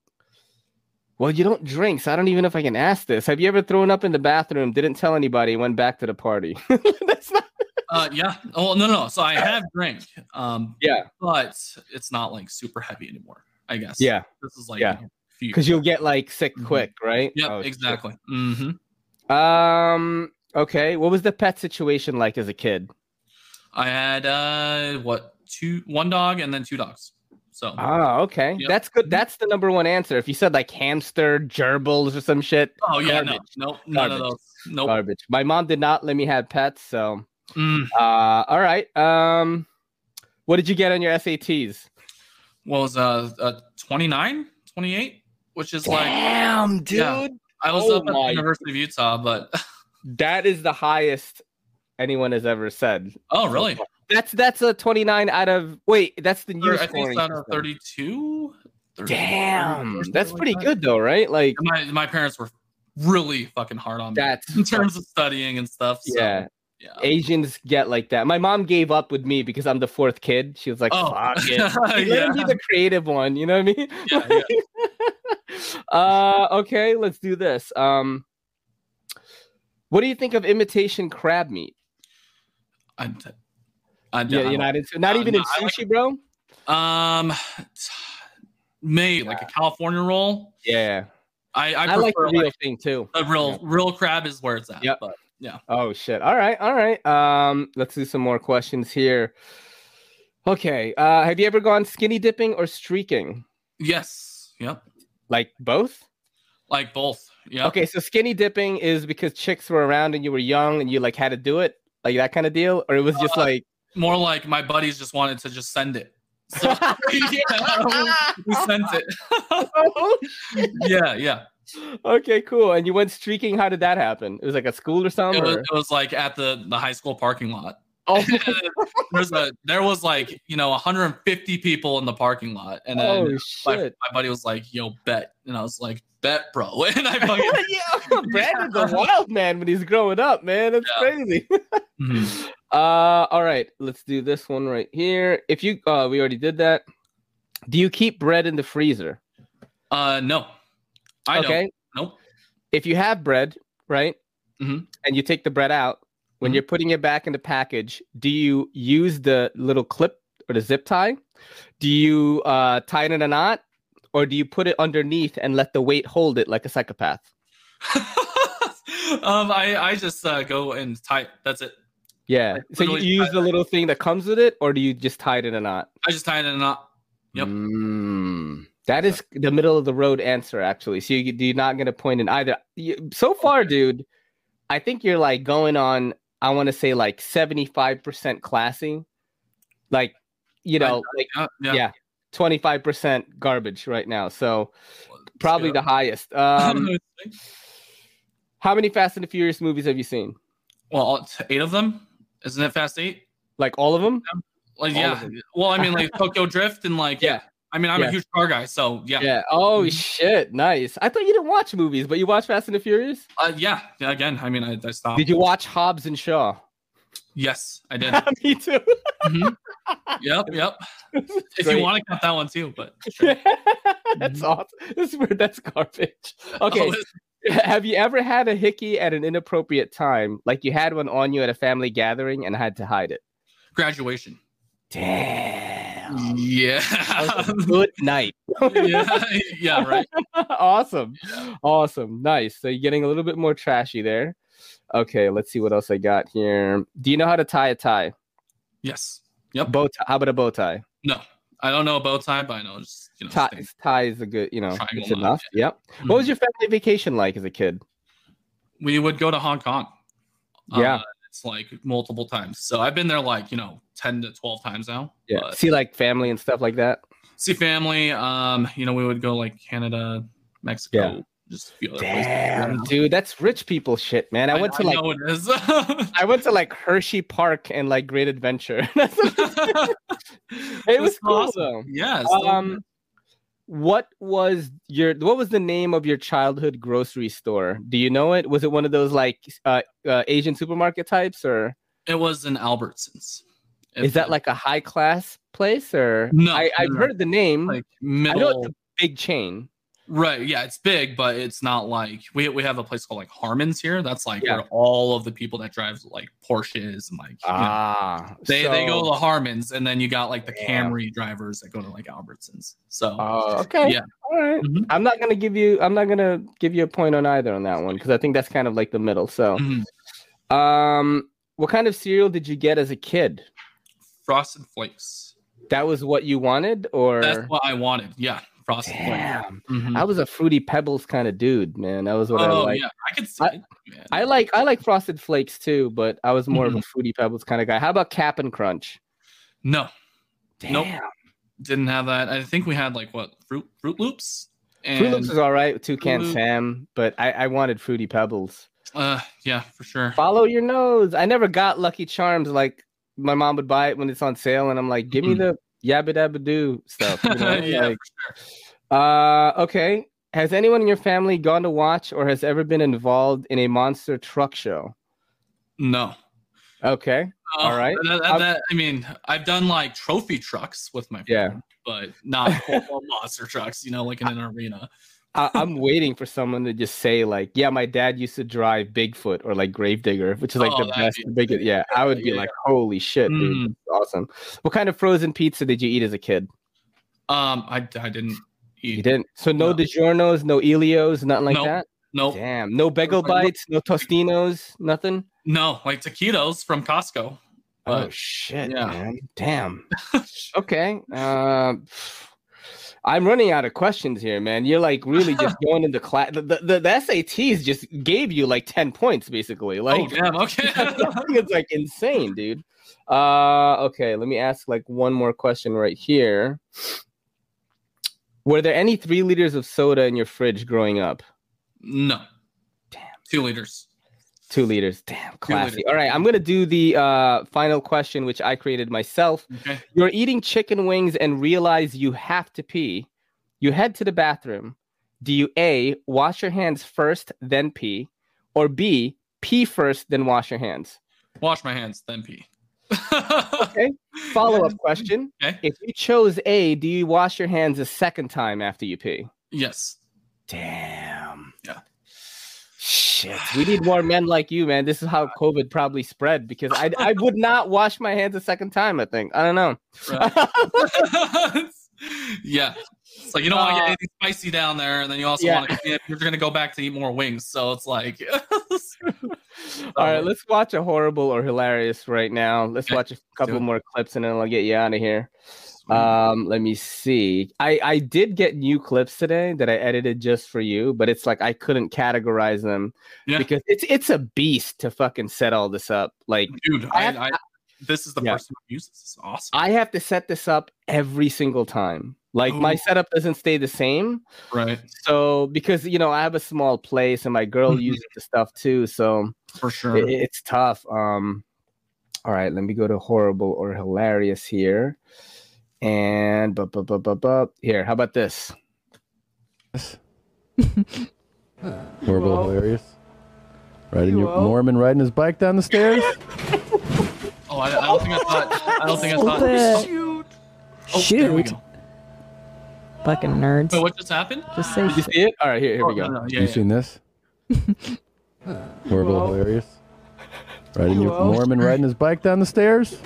[SPEAKER 1] well, you don't drink, so I don't even know if I can ask this. Have you ever thrown up in the bathroom, didn't tell anybody, went back to the party? <laughs>
[SPEAKER 2] uh, yeah. Oh no, no. So I have drink. Um,
[SPEAKER 1] yeah,
[SPEAKER 2] but it's not like super heavy anymore. I guess.
[SPEAKER 1] Yeah.
[SPEAKER 2] This is like
[SPEAKER 1] Yeah.
[SPEAKER 2] few-
[SPEAKER 1] because you'll get like sick quick, right?
[SPEAKER 2] Mm-hmm. Yep,
[SPEAKER 1] Oh, shit.
[SPEAKER 2] exactly. hmm
[SPEAKER 1] Um. Okay. What was the pet situation like as a kid?
[SPEAKER 2] I had uh what two one dog and then two dogs. So
[SPEAKER 1] Ah, okay.
[SPEAKER 2] Uh-huh. Yep.
[SPEAKER 1] That's good. That's the number one answer. If you said like hamster, gerbils, or some shit.
[SPEAKER 2] Oh yeah,
[SPEAKER 1] garbage.
[SPEAKER 2] no, no, none of
[SPEAKER 1] Garbage.
[SPEAKER 2] those. Nope.
[SPEAKER 1] Garbage. My mom did not let me have pets, so.
[SPEAKER 2] Mm.
[SPEAKER 1] Uh. All right. Um. What did you get on your SATs?
[SPEAKER 2] What was uh, uh 29, 28, which is like
[SPEAKER 1] Damn,
[SPEAKER 2] Yeah.
[SPEAKER 1] dude.
[SPEAKER 2] I was
[SPEAKER 1] Oh
[SPEAKER 2] up at the
[SPEAKER 1] my-
[SPEAKER 2] University of Utah, but <laughs>
[SPEAKER 1] That is the highest anyone has ever said.
[SPEAKER 2] oh really?
[SPEAKER 1] That's that's a twenty nine out of wait. That's the new
[SPEAKER 2] Or I think
[SPEAKER 1] scoring
[SPEAKER 2] it's out of
[SPEAKER 1] system.
[SPEAKER 2] 32. 30,
[SPEAKER 1] Damn, that's
[SPEAKER 2] like
[SPEAKER 1] pretty
[SPEAKER 2] that.
[SPEAKER 1] good though, right? Like
[SPEAKER 2] And My my parents were really fucking hard on me
[SPEAKER 1] That's
[SPEAKER 2] in terms of studying and stuff. So.
[SPEAKER 1] yeah. Asians get like that. My mom gave up with me because I'm the fourth kid. She was like,
[SPEAKER 2] Oh. <laughs>
[SPEAKER 1] "Fuck it,
[SPEAKER 2] Yeah.
[SPEAKER 1] let him be the creative one." You know what I mean? uh, okay, let's do this. Um, what do you think of imitation crab meat?
[SPEAKER 2] I'm t- I don't-
[SPEAKER 1] Yeah, you're not into, not
[SPEAKER 2] Uh,
[SPEAKER 1] even
[SPEAKER 2] no,
[SPEAKER 1] in
[SPEAKER 2] I like-
[SPEAKER 1] sushi, bro.
[SPEAKER 2] Um, maybe like a California roll.
[SPEAKER 1] Yeah,
[SPEAKER 2] I I,
[SPEAKER 1] I, like the
[SPEAKER 2] prefer,
[SPEAKER 1] real
[SPEAKER 2] like,
[SPEAKER 1] thing too.
[SPEAKER 2] a real real crab is where it's at.
[SPEAKER 1] Yep.
[SPEAKER 2] But yeah.
[SPEAKER 1] Oh shit. All right. All right. Um, let's do some more questions here. Okay. Uh, have you ever gone skinny dipping or streaking?
[SPEAKER 2] Yes. Yep.
[SPEAKER 1] Like both?
[SPEAKER 2] Like both. Yeah.
[SPEAKER 1] Okay, so skinny dipping is because chicks were around and you were young and you like had to do it, like that kind of deal, or it was just
[SPEAKER 2] Uh,
[SPEAKER 1] like <laughs>
[SPEAKER 2] More like my buddies just wanted to just send it.
[SPEAKER 1] <laughs>
[SPEAKER 2] So, <laughs> yeah, we sent it. yeah, yeah.
[SPEAKER 1] okay, cool. And you went streaking. How did that happen? It was like a school or
[SPEAKER 2] It
[SPEAKER 1] something.
[SPEAKER 2] was,
[SPEAKER 1] or-
[SPEAKER 2] it was like at the the high school parking lot.
[SPEAKER 1] <laughs> Oh,
[SPEAKER 2] There's a there was like you know 150 people in the parking lot, and then
[SPEAKER 1] Oh,
[SPEAKER 2] my,
[SPEAKER 1] shit.
[SPEAKER 2] my buddy was like, "Yo, bet," and I was like, "Bet, bro," <laughs> and
[SPEAKER 1] <laughs>
[SPEAKER 2] I fucking <laughs>
[SPEAKER 1] yeah, Brandon's a wild man when he's growing up, man. That's crazy. uh, all right, let's do this one right here. If you, uh, we already did that. Do you keep bread in the freezer?
[SPEAKER 2] Uh, no. I don't.
[SPEAKER 1] Okay.
[SPEAKER 2] Nope. <laughs>
[SPEAKER 1] if you have bread, right,
[SPEAKER 2] Mm-hmm.
[SPEAKER 1] and you take the bread out, when you're putting it back in the package, do you use the little clip or the zip tie, do you uh, tie it in a knot or do you put it underneath and let the weight hold it like a psychopath?
[SPEAKER 2] Um, I I just uh, go and type. That's it.
[SPEAKER 1] Yeah. So you
[SPEAKER 2] literally
[SPEAKER 1] use the little thing that comes with it or do you just tie it in a knot?
[SPEAKER 2] I just tie it in a knot.
[SPEAKER 1] Yep. Mm. that is the middle of the road answer, actually. So you, you're not going to point in either. You, so far, dude, I think you're like going on, I want to say like 75% classy. Like, you know, like,
[SPEAKER 2] yeah. <laughs>
[SPEAKER 1] yeah, 25% garbage right now. So probably the highest.
[SPEAKER 2] <laughs>
[SPEAKER 1] Um, how many Fast and the Furious movies have you seen?
[SPEAKER 2] Well, all- t- eight of them. Isn't it Fast Eight?
[SPEAKER 1] Like all of them?
[SPEAKER 2] Like
[SPEAKER 1] All
[SPEAKER 2] yeah.
[SPEAKER 1] of them.
[SPEAKER 2] Well, I mean, like Tokyo Drift and like yeah. I mean, I'm
[SPEAKER 1] Yeah.
[SPEAKER 2] a huge car guy, so yeah.
[SPEAKER 1] Yeah. Oh, shit. Nice. I thought you didn't watch movies, but you watch Fast and the Furious?
[SPEAKER 2] Uh, yeah. Yeah. Again, I mean, I, I stopped.
[SPEAKER 1] Did you watch Hobbs and Shaw?
[SPEAKER 2] Yes, I did.
[SPEAKER 1] <laughs> Me too.
[SPEAKER 2] yep.
[SPEAKER 1] <laughs>
[SPEAKER 2] Yep. if
[SPEAKER 1] Great.
[SPEAKER 2] you want to count that one too,
[SPEAKER 1] <laughs>
[SPEAKER 2] but
[SPEAKER 1] That's awesome. This is where that's garbage. Okay.
[SPEAKER 2] Mm-hmm. Oh, it's-
[SPEAKER 1] <laughs> Have you ever had a hickey at an inappropriate time? Like you had one on you at a family gathering and had to hide it?
[SPEAKER 2] graduation.
[SPEAKER 1] Damn.
[SPEAKER 2] Yeah. <laughs>
[SPEAKER 1] Good night. <laughs>
[SPEAKER 2] yeah. Yeah. Right.
[SPEAKER 1] awesome. Awesome. Nice. So you're getting a little bit more trashy there. Okay, let's see what else I got here. Do you know how to tie a tie?
[SPEAKER 2] Yes.
[SPEAKER 1] Yep. Bow tie. How about a bow tie?
[SPEAKER 2] No, I don't know about time, but I know just you know.
[SPEAKER 1] tie, tie is a good, you know,
[SPEAKER 2] Triangle
[SPEAKER 1] it's
[SPEAKER 2] knot, Mm-hmm.
[SPEAKER 1] enough. Yep. What was your family vacation like as a kid?
[SPEAKER 2] we would go to Hong Kong. Uh,
[SPEAKER 1] Yeah.
[SPEAKER 2] it's like multiple times. So I've been there like, you know, 10 to 12 times now.
[SPEAKER 1] Yeah.
[SPEAKER 2] But
[SPEAKER 1] See like family and stuff like that.
[SPEAKER 2] see family. Um, you know, we would go like Canada, Mexico,
[SPEAKER 1] Yeah.
[SPEAKER 2] just a few other
[SPEAKER 1] Damn,
[SPEAKER 2] places.
[SPEAKER 1] dude, that's rich people shit, man. I, went to
[SPEAKER 2] I
[SPEAKER 1] like
[SPEAKER 2] know it
[SPEAKER 1] <laughs>
[SPEAKER 2] is. <laughs>
[SPEAKER 1] I went to like Hershey Park and like Great Adventure. <laughs> it was
[SPEAKER 2] so
[SPEAKER 1] cool
[SPEAKER 2] awesome.
[SPEAKER 1] though.
[SPEAKER 2] Yeah, it's so
[SPEAKER 1] Um, what was your what was the name of your childhood grocery store? Do you know it? Was it one of those like uh, uh, Asian supermarket types, or
[SPEAKER 2] it was in Albertsons.
[SPEAKER 1] is that like a high class place? Or
[SPEAKER 2] No,
[SPEAKER 1] I, I've
[SPEAKER 2] no, no.
[SPEAKER 1] heard the name.
[SPEAKER 2] Like
[SPEAKER 1] I know it's
[SPEAKER 2] middle-
[SPEAKER 1] a big chain.
[SPEAKER 2] Right. Yeah, it's big, but it's not like we we have a place called like Harmon's here. That's like
[SPEAKER 1] Yeah.
[SPEAKER 2] where all of the people that drive like Porsches and like you know,
[SPEAKER 1] Ah,
[SPEAKER 2] they they go
[SPEAKER 1] so-
[SPEAKER 2] to Harmon's and then you got like the Camry drivers that go to like Albertsons. So <laughs>
[SPEAKER 1] Oh, okay.
[SPEAKER 2] Yeah. Mm-hmm.
[SPEAKER 1] All right. I'm not gonna give you. I'm not gonna give you a point on either on that one because I think that's kind of like the middle. So,
[SPEAKER 2] Mm-hmm.
[SPEAKER 1] um, what kind of cereal did you get as a kid?
[SPEAKER 2] Frosted Flakes.
[SPEAKER 1] That was what you wanted, or
[SPEAKER 2] That's what I wanted. Yeah. Frosted Flakes. Mm-hmm.
[SPEAKER 1] I was a fruity pebbles kind of dude, man. That was what I
[SPEAKER 2] Oh,
[SPEAKER 1] like.
[SPEAKER 2] yeah. I could see
[SPEAKER 1] I, I like I like frosted flakes too, but I was more of a
[SPEAKER 2] Mm-hmm.
[SPEAKER 1] fruity pebbles kind of guy. How about Cap and Crunch?
[SPEAKER 2] No.
[SPEAKER 1] Damn.
[SPEAKER 2] Nope. Didn't have that. I think we had like what fruit fruit loops? And
[SPEAKER 1] Fruit Loops was all right with Toucan
[SPEAKER 2] Fruit Loop-
[SPEAKER 1] Sam, but I, I wanted fruity pebbles.
[SPEAKER 2] Uh yeah, for sure.
[SPEAKER 1] Follow your nose. I never got Lucky Charms. Like my mom would buy it when it's on sale, and I'm like, give me the yabba dabba doo stuff. you know?
[SPEAKER 2] Mm-hmm. <laughs> Yeah,
[SPEAKER 1] like, uh, okay. Has anyone in your family gone to watch or has ever been involved in a monster truck show?
[SPEAKER 2] No.
[SPEAKER 1] Okay.
[SPEAKER 2] Oh,
[SPEAKER 1] all right.
[SPEAKER 2] that- that-
[SPEAKER 1] I'm-
[SPEAKER 2] that- I mean, I've done like trophy trucks with my
[SPEAKER 1] Yeah.
[SPEAKER 2] friend, but not full-blown <laughs> monster trucks. You know, like in an arena.
[SPEAKER 1] I,
[SPEAKER 2] <laughs>
[SPEAKER 1] I'm waiting for someone to just say like, "Yeah, my dad used to drive Bigfoot or like Gravedigger, which is like
[SPEAKER 2] Oh,
[SPEAKER 1] the
[SPEAKER 2] that'd
[SPEAKER 1] best,
[SPEAKER 2] be
[SPEAKER 1] the biggest." Yeah, I would be
[SPEAKER 2] Yeah.
[SPEAKER 1] like, "Holy shit, dude,
[SPEAKER 2] Mm.
[SPEAKER 1] that's awesome!" What kind of frozen pizza did you eat as a kid?
[SPEAKER 2] Um, I, I didn't eat.
[SPEAKER 1] You didn't. So no, DiGiorno's, no Elios, nothing like
[SPEAKER 2] Nope.
[SPEAKER 1] that.
[SPEAKER 2] Nope.
[SPEAKER 1] Damn. No bagel
[SPEAKER 2] Like,
[SPEAKER 1] bites, no Tostinos, nothing.
[SPEAKER 2] No, like taquitos from Costco.
[SPEAKER 1] Oh
[SPEAKER 2] But
[SPEAKER 1] shit,
[SPEAKER 2] yeah.
[SPEAKER 1] man.
[SPEAKER 2] <laughs>
[SPEAKER 1] Damn. okay. Um I'm running out of questions here, man. You're like really
[SPEAKER 2] <laughs>
[SPEAKER 1] just going into class. The, the, the, the SATs just gave you like 10 points, basically. Like, <laughs>
[SPEAKER 2] oh damn. Okay. <laughs>
[SPEAKER 1] it's like insane, dude. Uh, okay, let me ask like one more question right here. Were there any three liters of soda in your fridge growing up?
[SPEAKER 2] no. Damn. Two liters.
[SPEAKER 1] Two liters. Damn, classy.
[SPEAKER 2] liters.
[SPEAKER 1] All right, I'm gonna do the uh, final question, which I created myself.
[SPEAKER 2] Okay.
[SPEAKER 1] You're eating chicken wings and realize you have to pee. You head to the bathroom. Do you A, wash your hands first, then pee? Or B, pee first, then wash your hands?
[SPEAKER 2] Wash my hands, then pee. <laughs>
[SPEAKER 1] Okay. Follow up question. If you chose A, do you wash your hands a second time after you pee?
[SPEAKER 2] Yes.
[SPEAKER 1] Damn.
[SPEAKER 2] Yeah.
[SPEAKER 1] Shit, we need more men like you, man. This is how COVID probably spread because I I would not wash my hands a second time. I think I don't know. <laughs>
[SPEAKER 2] <laughs> yeah. It's like you don't want to
[SPEAKER 1] Uh,
[SPEAKER 2] get anything spicy down there, and then you also
[SPEAKER 1] yeah.
[SPEAKER 2] want to you're gonna go back to eat more wings. So it's like
[SPEAKER 1] All right, let's watch a horrible or hilarious right now. Let's watch a couple more clips and then I'll get you out of here. Um, let me see. I I did get new clips today that I edited just for you, but it's like I couldn't categorize them because it's it's a beast to fucking set all this up. Like,
[SPEAKER 2] dude, I, I, this is the
[SPEAKER 1] Yeah.
[SPEAKER 2] first time I use this. It's awesome.
[SPEAKER 1] I have to set this up every single time. Like my
[SPEAKER 2] Ooh.
[SPEAKER 1] setup doesn't stay the same.
[SPEAKER 2] Right.
[SPEAKER 1] So because you know I have a small place and my
[SPEAKER 2] Mm-hmm.
[SPEAKER 1] girl uses the stuff too, so
[SPEAKER 2] for sure
[SPEAKER 1] it's tough. Um, all right, let me go to horrible or hilarious here, and bu- bu- bu- bu- bu- here. How about this?
[SPEAKER 5] <laughs> Horrible,
[SPEAKER 1] Whoa.
[SPEAKER 5] hilarious. Riding your
[SPEAKER 1] Whoa.
[SPEAKER 5] Mormon riding his bike down the stairs.
[SPEAKER 2] Oh, I, I don't think I thought. I don't think I thought. Oh,
[SPEAKER 7] Shoot. Shoot. Fucking nerds.
[SPEAKER 2] Wait, what just happened?
[SPEAKER 7] Just say
[SPEAKER 1] Did you see it? All right, here, here we
[SPEAKER 2] Oh,
[SPEAKER 1] go.
[SPEAKER 2] no, no, yeah,
[SPEAKER 5] you
[SPEAKER 2] yeah.
[SPEAKER 5] seen this? Horrible,
[SPEAKER 2] Whoa.
[SPEAKER 5] hilarious. Riding your
[SPEAKER 2] Whoa.
[SPEAKER 5] Mormon riding his bike down the stairs.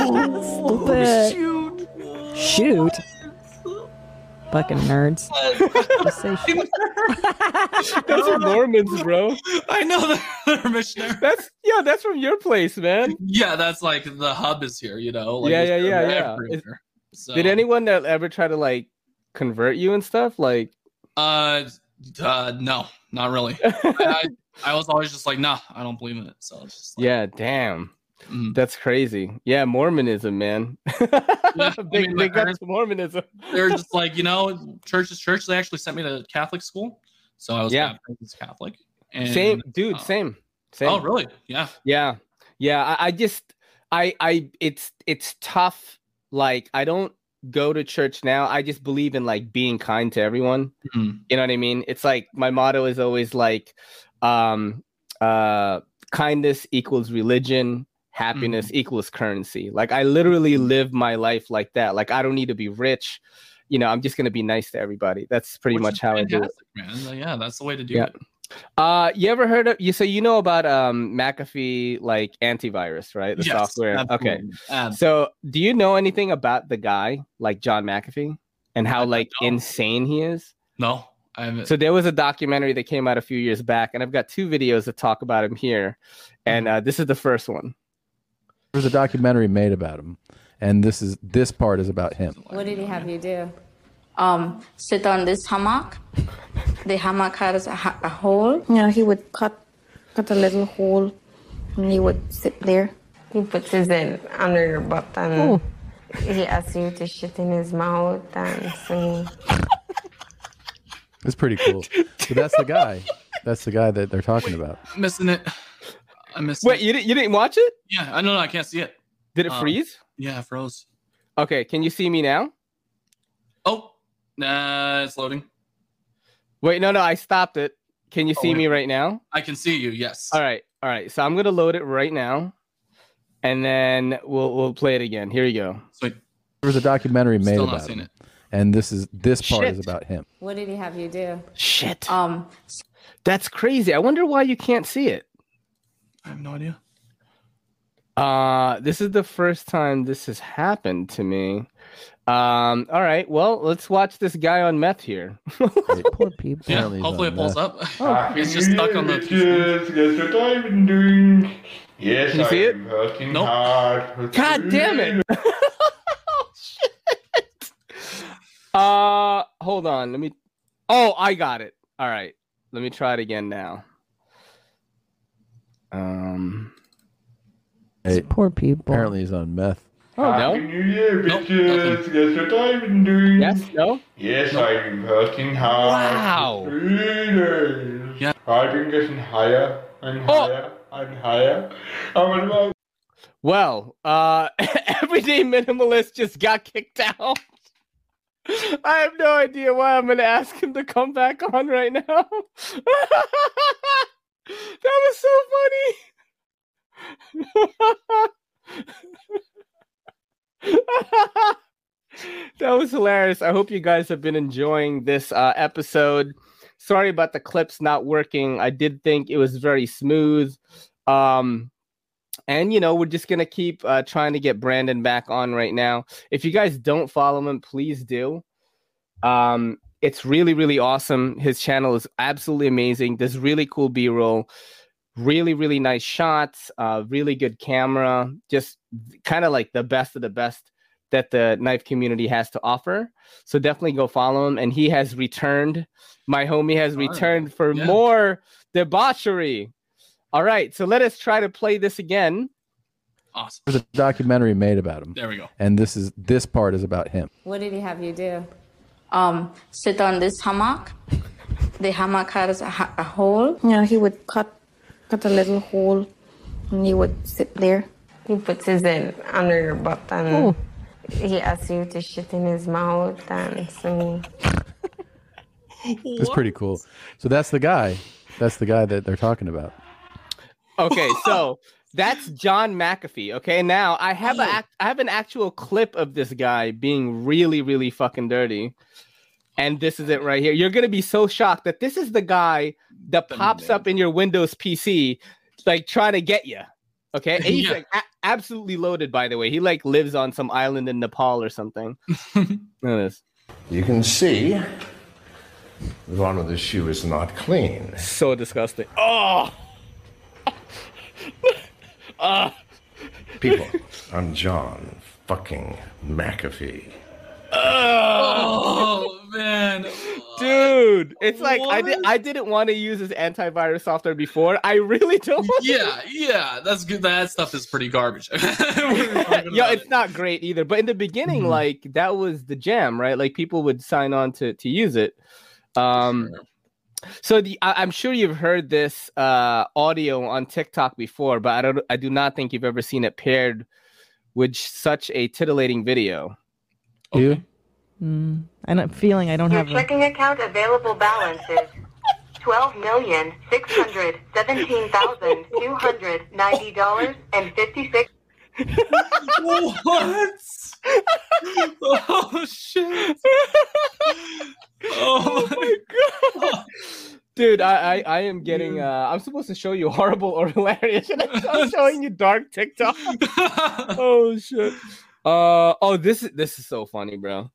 [SPEAKER 7] Stupid. Shoot. Fucking nerds. Just say shoot.
[SPEAKER 1] Those
[SPEAKER 2] Oh,
[SPEAKER 1] are Mormons, bro.
[SPEAKER 2] <laughs> I know they're missionary.
[SPEAKER 1] That's yeah, that's from your place, man.
[SPEAKER 2] Yeah, that's like the hub is here. You know. Like,
[SPEAKER 1] yeah, yeah,
[SPEAKER 2] it's
[SPEAKER 1] yeah, yeah. Is-
[SPEAKER 2] everywhere. So-
[SPEAKER 1] Did anyone that ever try to like convert you and stuff? Like,
[SPEAKER 2] Uh, uh, no, not
[SPEAKER 1] <laughs>
[SPEAKER 2] really. I, I was always just like, nah, I don't believe in it. So it's just,
[SPEAKER 1] yeah, damn.
[SPEAKER 2] mm-hmm.
[SPEAKER 1] That's crazy. Yeah, Mormonism, man. <laughs> Big-
[SPEAKER 2] mean,
[SPEAKER 1] big
[SPEAKER 2] like,
[SPEAKER 1] ups to Mormonism.
[SPEAKER 2] they're just like, you know, church is church. They actually sent me to Catholic school, so I was
[SPEAKER 1] Yeah.
[SPEAKER 2] baptized as Catholic. And, uh,
[SPEAKER 1] same, dude. same. Same.
[SPEAKER 2] Oh, really? Yeah.
[SPEAKER 1] Yeah. Yeah. I, I just I I it's it's tough. Like I don't go to church now. I just believe in like being kind to everyone.
[SPEAKER 2] Mm-hmm.
[SPEAKER 1] You know what I mean? It's like my motto is always like um uh kindness equals religion, happiness
[SPEAKER 2] Mm-hmm.
[SPEAKER 1] equals currency. Like I literally live my life like that. Like I don't need to be rich. You know, I'm just gonna be nice to everybody. That's pretty
[SPEAKER 2] Which
[SPEAKER 1] much
[SPEAKER 2] is
[SPEAKER 1] how I do it.
[SPEAKER 2] fantastic, Man. Like, yeah, that's the way to do
[SPEAKER 1] Yeah.
[SPEAKER 2] it.
[SPEAKER 1] Uh, you ever heard of you? So you know about um McAfee like antivirus, right? The
[SPEAKER 2] Yes,
[SPEAKER 1] software. Okay.
[SPEAKER 2] absolutely, absolutely.
[SPEAKER 1] So do you know anything about the guy like John McAfee and how like insane he is?
[SPEAKER 2] No, I haven't.
[SPEAKER 1] So there was a documentary that came out a few years back, and I've got two videos that talk about him here, and
[SPEAKER 2] Mm-hmm.
[SPEAKER 1] uh, this is the first one.
[SPEAKER 5] There's a documentary made about him, and this is this part is about him.
[SPEAKER 12] What did he have you do? Um, sit on this hammock. The hammock has a, ha- a hole. You know, he would cut cut a little hole, and he would sit there. He puts his head under your butt and he asks you to shit in his mouth and sing.
[SPEAKER 5] It's pretty cool. But that's the guy. That's the guy that they're talking about.
[SPEAKER 2] missing it. I missed.
[SPEAKER 1] Wait, you didn't you didn't watch it?
[SPEAKER 2] Yeah, I don't know. I can't see it.
[SPEAKER 1] Did it
[SPEAKER 2] Um,
[SPEAKER 1] freeze?
[SPEAKER 2] Yeah, it froze.
[SPEAKER 1] Okay, can you see me now?
[SPEAKER 2] Oh, nah, it's loading.
[SPEAKER 1] Wait, no, no, I stopped it. Can you
[SPEAKER 2] Oh,
[SPEAKER 1] see
[SPEAKER 2] wait.
[SPEAKER 1] me right now?
[SPEAKER 2] I can see you. Yes.
[SPEAKER 1] All right, all right. So I'm gonna load it right now, and then we'll we'll play it again. Here you go.
[SPEAKER 2] Sweet.
[SPEAKER 5] There was a documentary made
[SPEAKER 2] Still not
[SPEAKER 5] about
[SPEAKER 2] seen
[SPEAKER 5] him, and this is this part is
[SPEAKER 1] Shit.
[SPEAKER 5] about him.
[SPEAKER 12] What did he have you do?
[SPEAKER 1] Shit.
[SPEAKER 7] Uh,
[SPEAKER 12] Um,
[SPEAKER 1] That's crazy. I wonder why you can't see it.
[SPEAKER 2] I have no idea.
[SPEAKER 1] Uh, this is the first time this has happened to me. Um, all right. Well, let's watch this guy on meth here.
[SPEAKER 7] Poor people.
[SPEAKER 2] Yeah, hopefully it pulls up.
[SPEAKER 13] Oh,
[SPEAKER 1] Oh.
[SPEAKER 2] <laughs> it's Ah, just
[SPEAKER 13] yeah,
[SPEAKER 2] stuck on
[SPEAKER 12] <laughs>
[SPEAKER 2] the.
[SPEAKER 13] Yes, that's what I've been doing. Yes,
[SPEAKER 2] Can you
[SPEAKER 13] I
[SPEAKER 2] see
[SPEAKER 13] am working hard.
[SPEAKER 1] God damn it. <laughs> Oh, Uh, hold on. Let me. Oh, I got it. All right. Let me try it again now. Um,
[SPEAKER 7] poor people.
[SPEAKER 5] Apparently he's on meth.
[SPEAKER 1] Oh, no.
[SPEAKER 13] Happy New Year, bitches. Guess what I've been doing?
[SPEAKER 1] Yes, no.
[SPEAKER 13] Yes, I'm working hard.
[SPEAKER 1] Wow.
[SPEAKER 13] for Three days.
[SPEAKER 2] Yeah. Oh.
[SPEAKER 13] I've been getting higher and higher and higher. I'm about
[SPEAKER 1] Well, uh, <laughs> everyday minimalist just got kicked out. I have no idea why I'm gonna ask him to come back on right now. <laughs> that was so funny. <laughs> that was hilarious. I hope you guys have been enjoying this uh, episode. Sorry about the clips not working. I did think it was very smooth. Um, and you know we're just gonna keep uh, trying to get Brandon back on right now. If you guys don't follow him, please do. Um, it's really really awesome. His channel is absolutely amazing. There's really cool B-roll, really really nice shots, uh, really good camera, just kind of like the best of the best that the knife community has to offer. So definitely go follow him. And he has returned. My homie has returned for more debauchery. All right, so let us try to play this again.
[SPEAKER 2] Awesome.
[SPEAKER 5] There's a documentary made about him.
[SPEAKER 2] There we go.
[SPEAKER 5] And this is this part is about him.
[SPEAKER 12] What did he have you do? Um, sit on this hammock. The hammock has a, ha- a hole. No, he would cut cut a little hole, and he would sit there.
[SPEAKER 14] He puts his head under your butt and he asks you to shit in his mouth and some.
[SPEAKER 5] It's pretty cool. So that's the guy. That's the guy that they're talking about.
[SPEAKER 1] Okay, so that's John McAfee. Okay, now I have a act- I have an actual clip of this guy being really, really fucking dirty. And this is it right here. You're gonna be so shocked that this is the guy that pops up in your Windows PC, like trying to get you. Okay, and he's
[SPEAKER 2] Yeah.
[SPEAKER 1] like a- absolutely loaded. By the way, he like lives on some island in Nepal or something.
[SPEAKER 15] You can see the bottom of the shoe is not clean.
[SPEAKER 1] So disgusting. Oh,
[SPEAKER 15] Ah.
[SPEAKER 14] <laughs>
[SPEAKER 15] People, I'm John fucking McAfee.
[SPEAKER 2] Oh man,
[SPEAKER 1] dude, it's like I did. I didn't want to use this antivirus software before. I really <laughs> don't. want to.
[SPEAKER 2] yeah, yeah, that's good. That stuff is pretty garbage.
[SPEAKER 1] <laughs>
[SPEAKER 2] <laughs>
[SPEAKER 1] yeah, it's not great either. But in the beginning, like that was the jam, right? Like people would sign on to to use it. Um, so the I, I'm sure you've heard this uh audio on TikTok before, but I don't. I do not think you've ever seen it paired with such a titillating video.
[SPEAKER 5] You?
[SPEAKER 7] Mm, and I'm feeling I don't
[SPEAKER 16] Your
[SPEAKER 7] have. a-
[SPEAKER 16] checking account available balance is twelve million six hundred seventeen thousand two hundred ninety dollars and fifty six.
[SPEAKER 2] what?
[SPEAKER 1] <laughs>
[SPEAKER 2] oh shit! Oh
[SPEAKER 1] my god, dude! I, I I am getting. uh I'm supposed to show you <laughs> horrible or hilarious, and I'm showing you dark TikTok. oh shit! Uh oh, this is this is so funny, bro.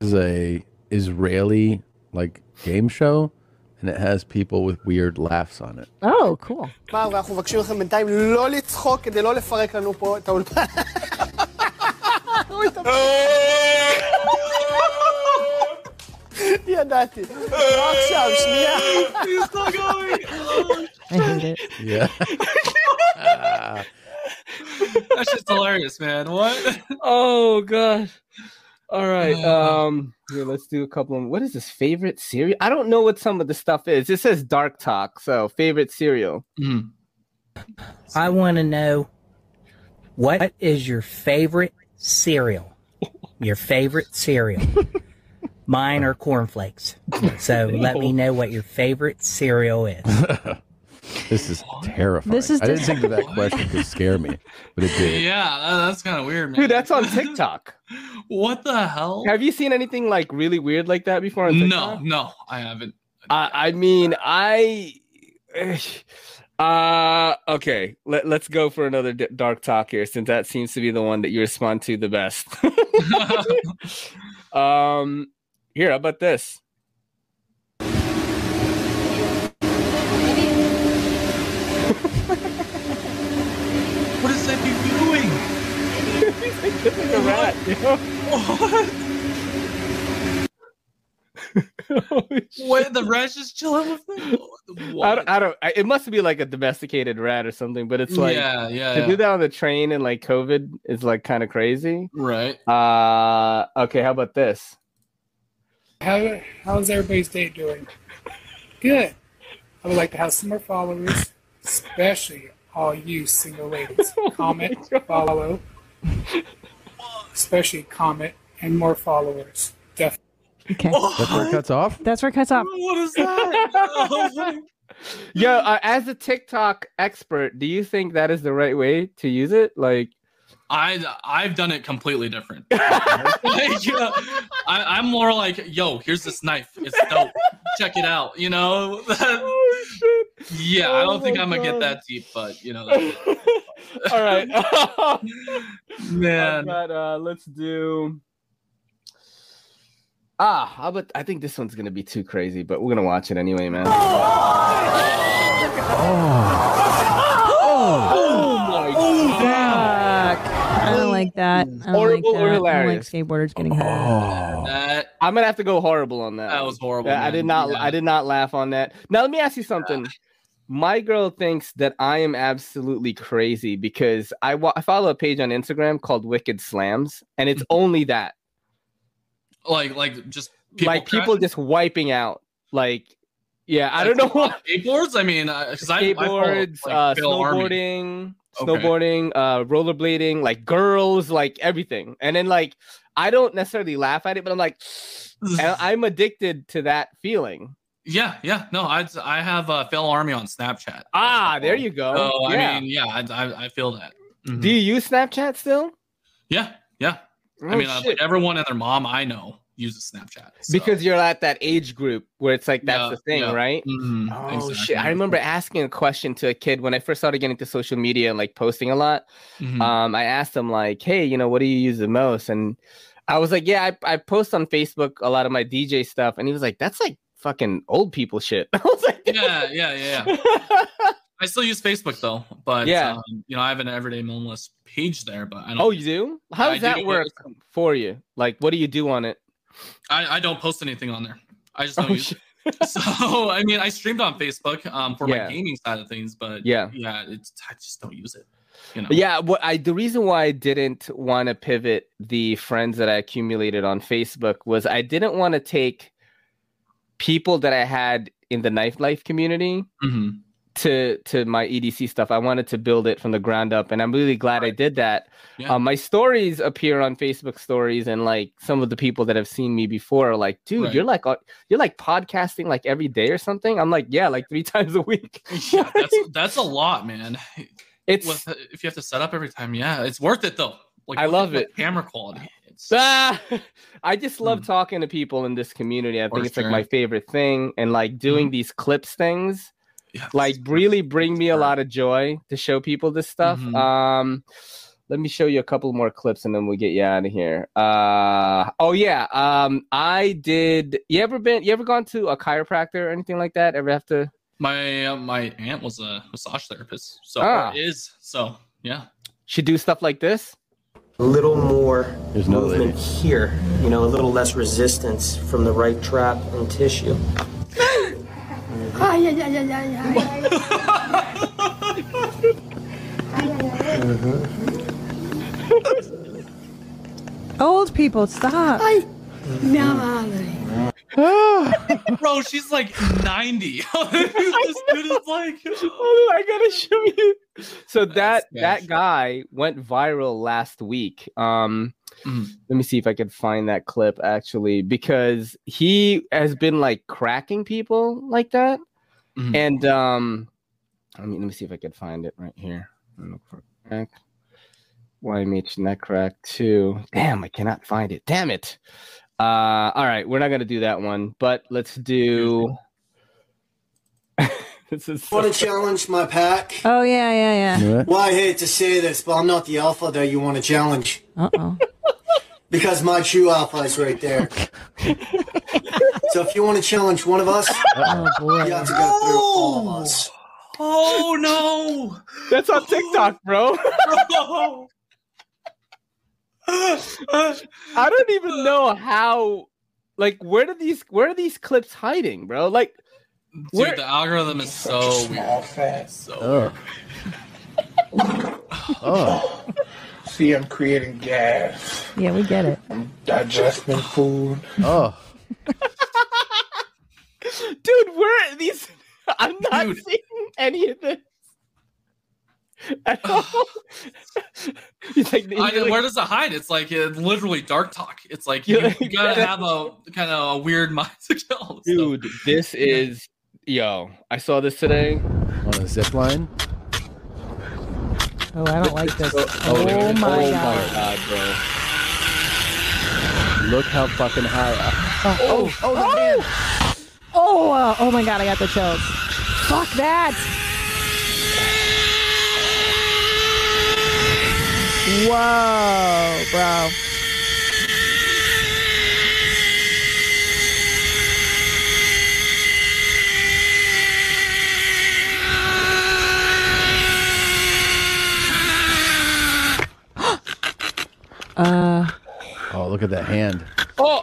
[SPEAKER 5] This is a Israeli like game show, and it has people with weird laughs on it.
[SPEAKER 7] Oh, cool.
[SPEAKER 17] פעם, ואנחנו מבקשים לכם בינתיים לא לצחוק כדי לא לפרק לנו פה את האולפן. אוי, אתה- ידעתי. לא עכשיו, שנייה.
[SPEAKER 1] Oh.
[SPEAKER 7] I hate it.
[SPEAKER 5] Yeah.
[SPEAKER 2] That's just hilarious, man. What? Uh,
[SPEAKER 1] Oh god. All right. Um here, let's do a couple of what is this favorite cereal? I don't know what some of the stuff is. It says dark talk, so favorite cereal.
[SPEAKER 18] I want to know what is your favorite cereal? Your favorite cereal. Mine are cornflakes. So let me know what your favorite cereal is.
[SPEAKER 5] This is terrifying.
[SPEAKER 18] This is
[SPEAKER 5] I didn't think that that
[SPEAKER 18] disgusting.
[SPEAKER 5] question could scare me, but it did.
[SPEAKER 2] Yeah, that- that's kind of weird, man.
[SPEAKER 1] Dude, that's <laughs> on TikTok.
[SPEAKER 2] what the hell?
[SPEAKER 1] Have you seen anything like really weird like that before on
[SPEAKER 2] No,
[SPEAKER 1] TikTok?
[SPEAKER 2] no, I haven't.
[SPEAKER 1] <laughs> I, I mean, I <sighs> uh okay, let, let's go for another d- dark talk here since that seems to be the one that you respond to the best. <laughs> um here, how about this?
[SPEAKER 2] What is that dude doing?
[SPEAKER 1] He's like kissing a rat. You know?
[SPEAKER 2] What? The rat's just chilling with them?
[SPEAKER 1] I don't, I don't I, it must be like a domesticated rat or something, but it's like
[SPEAKER 2] Yeah, yeah,
[SPEAKER 1] to
[SPEAKER 2] yeah.
[SPEAKER 1] do that on the train and like COVID is like kind of crazy.
[SPEAKER 2] Right.
[SPEAKER 1] Uh okay, how about this?
[SPEAKER 19] How, how's everybody's day doing? Good. I would like to have some more followers, especially all you single ladies. Comment, follow, especially comment and more followers. Definitely.
[SPEAKER 7] Okay.
[SPEAKER 5] That's where it cuts off.
[SPEAKER 7] That's where it cuts off.
[SPEAKER 2] <laughs> What is that?
[SPEAKER 1] <laughs> Yo,
[SPEAKER 2] <laughs>
[SPEAKER 1] uh, as a TikTok expert, do you think that is the right way to use it? Like
[SPEAKER 2] I I've done it
[SPEAKER 1] <laughs>
[SPEAKER 2] completely different. like, uh, I, I'm more like, yo, here's this knife. It's dope. Check it out. You know. <laughs> Oh, yeah, I
[SPEAKER 1] Oh
[SPEAKER 2] don't think
[SPEAKER 1] my
[SPEAKER 2] I'm gonna get
[SPEAKER 1] God.
[SPEAKER 2] that deep, but you know. <laughs> That's
[SPEAKER 1] <laughs> All right. <laughs>
[SPEAKER 2] <laughs> Man.
[SPEAKER 1] I've got, uh, let's do. Ah, how about I think this one's gonna be too crazy, but we're gonna watch it anyway, man.
[SPEAKER 7] Oh,
[SPEAKER 1] my
[SPEAKER 7] I don't like that. I don't
[SPEAKER 1] Horrible
[SPEAKER 7] like
[SPEAKER 1] or
[SPEAKER 7] that.
[SPEAKER 1] hilarious?
[SPEAKER 7] I don't like skateboarders getting
[SPEAKER 5] Oh.
[SPEAKER 7] hurt.
[SPEAKER 1] I'm gonna have to go horrible on that. That was
[SPEAKER 2] horrible.
[SPEAKER 1] I did
[SPEAKER 2] man.
[SPEAKER 1] not.
[SPEAKER 2] Yeah.
[SPEAKER 1] I did not laugh on that. Now let me ask you something. My girl thinks that I am absolutely crazy because I, wa- I follow a page on Instagram called Wicked Slams, and it's
[SPEAKER 2] Mm-hmm.
[SPEAKER 1] only that.
[SPEAKER 2] like like just people
[SPEAKER 1] like people just wiping out. Like, yeah, I don't know what
[SPEAKER 2] <laughs> skateboards. I mean, because I, I follow,
[SPEAKER 1] skateboards,
[SPEAKER 2] like,
[SPEAKER 1] uh,
[SPEAKER 2] Bill Army.
[SPEAKER 1] snowboarding,
[SPEAKER 2] Okay.
[SPEAKER 1] snowboarding, uh, rollerblading, like girls, like everything. And then like I don't necessarily laugh at it, but I'm like,
[SPEAKER 2] <laughs>
[SPEAKER 1] I- I'm addicted to that feeling.
[SPEAKER 2] Yeah, yeah. No, I I have uh, Phil Army on Snapchat.
[SPEAKER 1] Ah, there you go.
[SPEAKER 2] So
[SPEAKER 1] Yeah.
[SPEAKER 2] I mean, yeah, I, I, I feel that. Mm-hmm.
[SPEAKER 1] Do you use Snapchat still?
[SPEAKER 2] Yeah, yeah. I
[SPEAKER 1] Oh,
[SPEAKER 2] mean, uh,
[SPEAKER 1] shit.
[SPEAKER 2] everyone and their mom I know uses Snapchat.
[SPEAKER 1] Because you're at that age group where it's like that's
[SPEAKER 2] Yeah,
[SPEAKER 1] the thing,
[SPEAKER 2] yeah.
[SPEAKER 1] right?
[SPEAKER 2] Mhm,
[SPEAKER 1] Oh
[SPEAKER 2] exactly.
[SPEAKER 1] shit! I remember asking a question to a kid when I first started getting into social media and like posting a lot.
[SPEAKER 2] Mhm.
[SPEAKER 1] Um, I asked him like, "Hey, you know, what do you use the most?" And I was like, "Yeah, I, I post on Facebook a lot of my DJ stuff," and he was like, "That's like fucking old people shit." <laughs>
[SPEAKER 2] yeah, yeah, yeah. yeah. I still use Facebook though, but
[SPEAKER 1] Yeah.
[SPEAKER 2] um, you know, I have an Everyday Minimalist page there, but I don't.
[SPEAKER 1] oh, you do? How
[SPEAKER 2] I
[SPEAKER 1] does that
[SPEAKER 2] do, but
[SPEAKER 1] work for you? Like, what do you do on it?
[SPEAKER 2] I, I don't post anything on there. I
[SPEAKER 1] Oh,
[SPEAKER 2] just don't use.
[SPEAKER 1] <laughs>
[SPEAKER 2] It. So I mean, I streamed on Facebook um, for
[SPEAKER 1] Yeah.
[SPEAKER 2] my gaming side of things, but
[SPEAKER 1] Yeah.
[SPEAKER 2] yeah, it's I just don't use it. You know.
[SPEAKER 1] Yeah, what I the reason why I didn't want to pivot the friends that I accumulated on Facebook was I didn't want to take people that I had in the knife life community <laughs>
[SPEAKER 2] Mhm.
[SPEAKER 1] to to my EDC stuff. I wanted to build it from the ground up, and I'm really glad I did that.
[SPEAKER 2] Yeah.
[SPEAKER 1] Um, my stories appear on Facebook stories, and like some of the people that have seen me before are like, "Dude,
[SPEAKER 2] Right.
[SPEAKER 1] you're like uh, you're like podcasting like every day or something." I'm like, "Yeah, like three <laughs> times a
[SPEAKER 2] <laughs>
[SPEAKER 1] week."
[SPEAKER 2] Yeah, that's that's a lot, man.
[SPEAKER 1] It's
[SPEAKER 2] With, if you have to set up every time, yeah, it's worth it though. Like
[SPEAKER 1] I
[SPEAKER 2] look at
[SPEAKER 1] love
[SPEAKER 2] the
[SPEAKER 1] it.
[SPEAKER 2] Camera quality.
[SPEAKER 1] Ah, <laughs> I just love talking to people in this community. I
[SPEAKER 2] For
[SPEAKER 1] think it's like
[SPEAKER 2] sure.
[SPEAKER 1] my favorite thing, and like doing these clips things, like really bring me a lot of joy to show people this stuff. Um, let me show you a couple more clips, and then we'll get you out of here. Uh, oh yeah, um, I did. You ever been? You ever gone to a chiropractor or anything like that? Ever have to?
[SPEAKER 2] My uh, my aunt was a massage therapist, so
[SPEAKER 1] Ah.
[SPEAKER 2] or is so
[SPEAKER 1] <laughs>
[SPEAKER 2] yeah.
[SPEAKER 1] She do stuff like this.
[SPEAKER 20] a little more movement
[SPEAKER 1] lady.
[SPEAKER 20] here, you know, a little less resistance from the right trap and tissue.
[SPEAKER 21] Ay, ay, ay, ay, ay, ay.
[SPEAKER 7] Old people, stop.
[SPEAKER 2] Bro, she's like ninety. <laughs>
[SPEAKER 1] this dude is like, oh, I gotta show you. So that that guy went viral last week. Um, let me see if I can find that clip actually, because he has been like cracking people like that, and um, let me let me see if I can find it right here. Let me Look for crack. YMH neck crack two. Damn, I cannot find it. Damn it. Uh, all right, we're not gonna do that one, but let's do. <laughs> this is
[SPEAKER 22] Want to challenge my pack?
[SPEAKER 7] Oh yeah, yeah, yeah.
[SPEAKER 22] Well, I hate to say this, but I'm not the alpha that you want to challenge.
[SPEAKER 7] Uh oh.
[SPEAKER 22] Because my true alpha is right there. so if you want to challenge one of us, you have to go through all of us.
[SPEAKER 2] Oh no!
[SPEAKER 1] That's on TikTok, bro. <laughs> I don't even know how. Like, where do these where are these clips hiding, bro? Like,
[SPEAKER 2] Dude,
[SPEAKER 1] where?
[SPEAKER 2] the algorithm is so weird.
[SPEAKER 1] oh.
[SPEAKER 19] Oh. See, I'm creating gas,
[SPEAKER 7] Yeah, we get it.
[SPEAKER 19] digesting food.
[SPEAKER 5] Oh.
[SPEAKER 1] dude, where are these? <laughs> I'm not seeing any of this. <laughs> At all. <laughs> He's like,
[SPEAKER 2] I-
[SPEAKER 1] you're like-
[SPEAKER 2] where does it hide? It's like uh, literally dark talk. It's like you,
[SPEAKER 1] You're like-
[SPEAKER 2] you gotta have a kind of a weird <laughs> mind to kill.
[SPEAKER 1] dude, this is yo. I saw this today
[SPEAKER 5] on a zip line.
[SPEAKER 7] Oh, I don't like this. <laughs> Oh,
[SPEAKER 1] oh
[SPEAKER 7] my
[SPEAKER 1] my
[SPEAKER 7] god.
[SPEAKER 1] god, bro.
[SPEAKER 5] Look how fucking high.
[SPEAKER 7] Oh, oh, oh, oh, oh, uh, oh my god, I got the chills. Fuck that. Whoa, bro. Uh,
[SPEAKER 5] Oh, look at that hand.
[SPEAKER 1] Oh.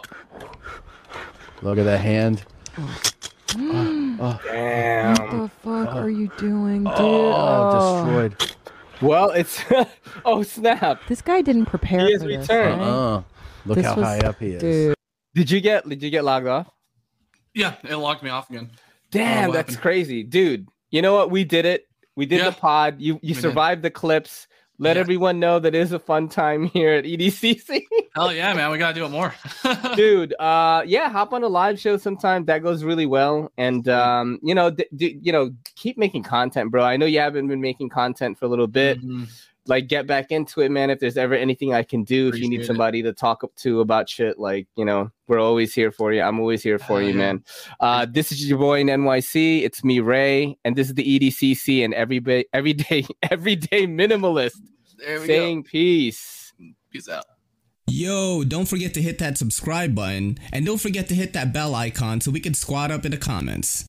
[SPEAKER 5] Look at that hand.
[SPEAKER 7] what the fuck are you doing, dude?
[SPEAKER 5] Oh, destroyed.
[SPEAKER 1] Well, it's <laughs> oh snap.
[SPEAKER 7] This guy didn't prepare
[SPEAKER 1] He is
[SPEAKER 7] for this.
[SPEAKER 1] returned.
[SPEAKER 7] right?
[SPEAKER 5] Uh-uh. Look
[SPEAKER 7] This
[SPEAKER 5] how
[SPEAKER 7] was-
[SPEAKER 5] high up he is.
[SPEAKER 7] dude.
[SPEAKER 1] Did you get did you get logged off?
[SPEAKER 2] Yeah, it locked me off again.
[SPEAKER 1] Damn, that's crazy, dude. You know what? We did it. We did the pod. You you survived the clips. Let everyone know that it is a fun time <laughs> here at E EDCC.
[SPEAKER 2] Hell yeah, man. We got to do it more. <laughs>
[SPEAKER 1] dude uh yeah hop on a live show sometime that goes really well and um you know d- d- you know keep making content bro i know you haven't been making content for a little bit
[SPEAKER 2] Mm-hmm.
[SPEAKER 1] like get back into it man if there's ever anything i can do if you
[SPEAKER 2] Appreciate
[SPEAKER 1] need
[SPEAKER 2] it.
[SPEAKER 1] somebody to talk up to about shit like you know we're always here for you i'm always here for you man uh this is your boy in nyc it's me ray and this is the E edcc and every ba- every day <laughs> every day minimalist
[SPEAKER 2] There we go.
[SPEAKER 1] saying peace
[SPEAKER 2] peace out
[SPEAKER 3] Yo, don't forget to hit that subscribe button and don't forget to hit that bell icon so we can squad up in the comments.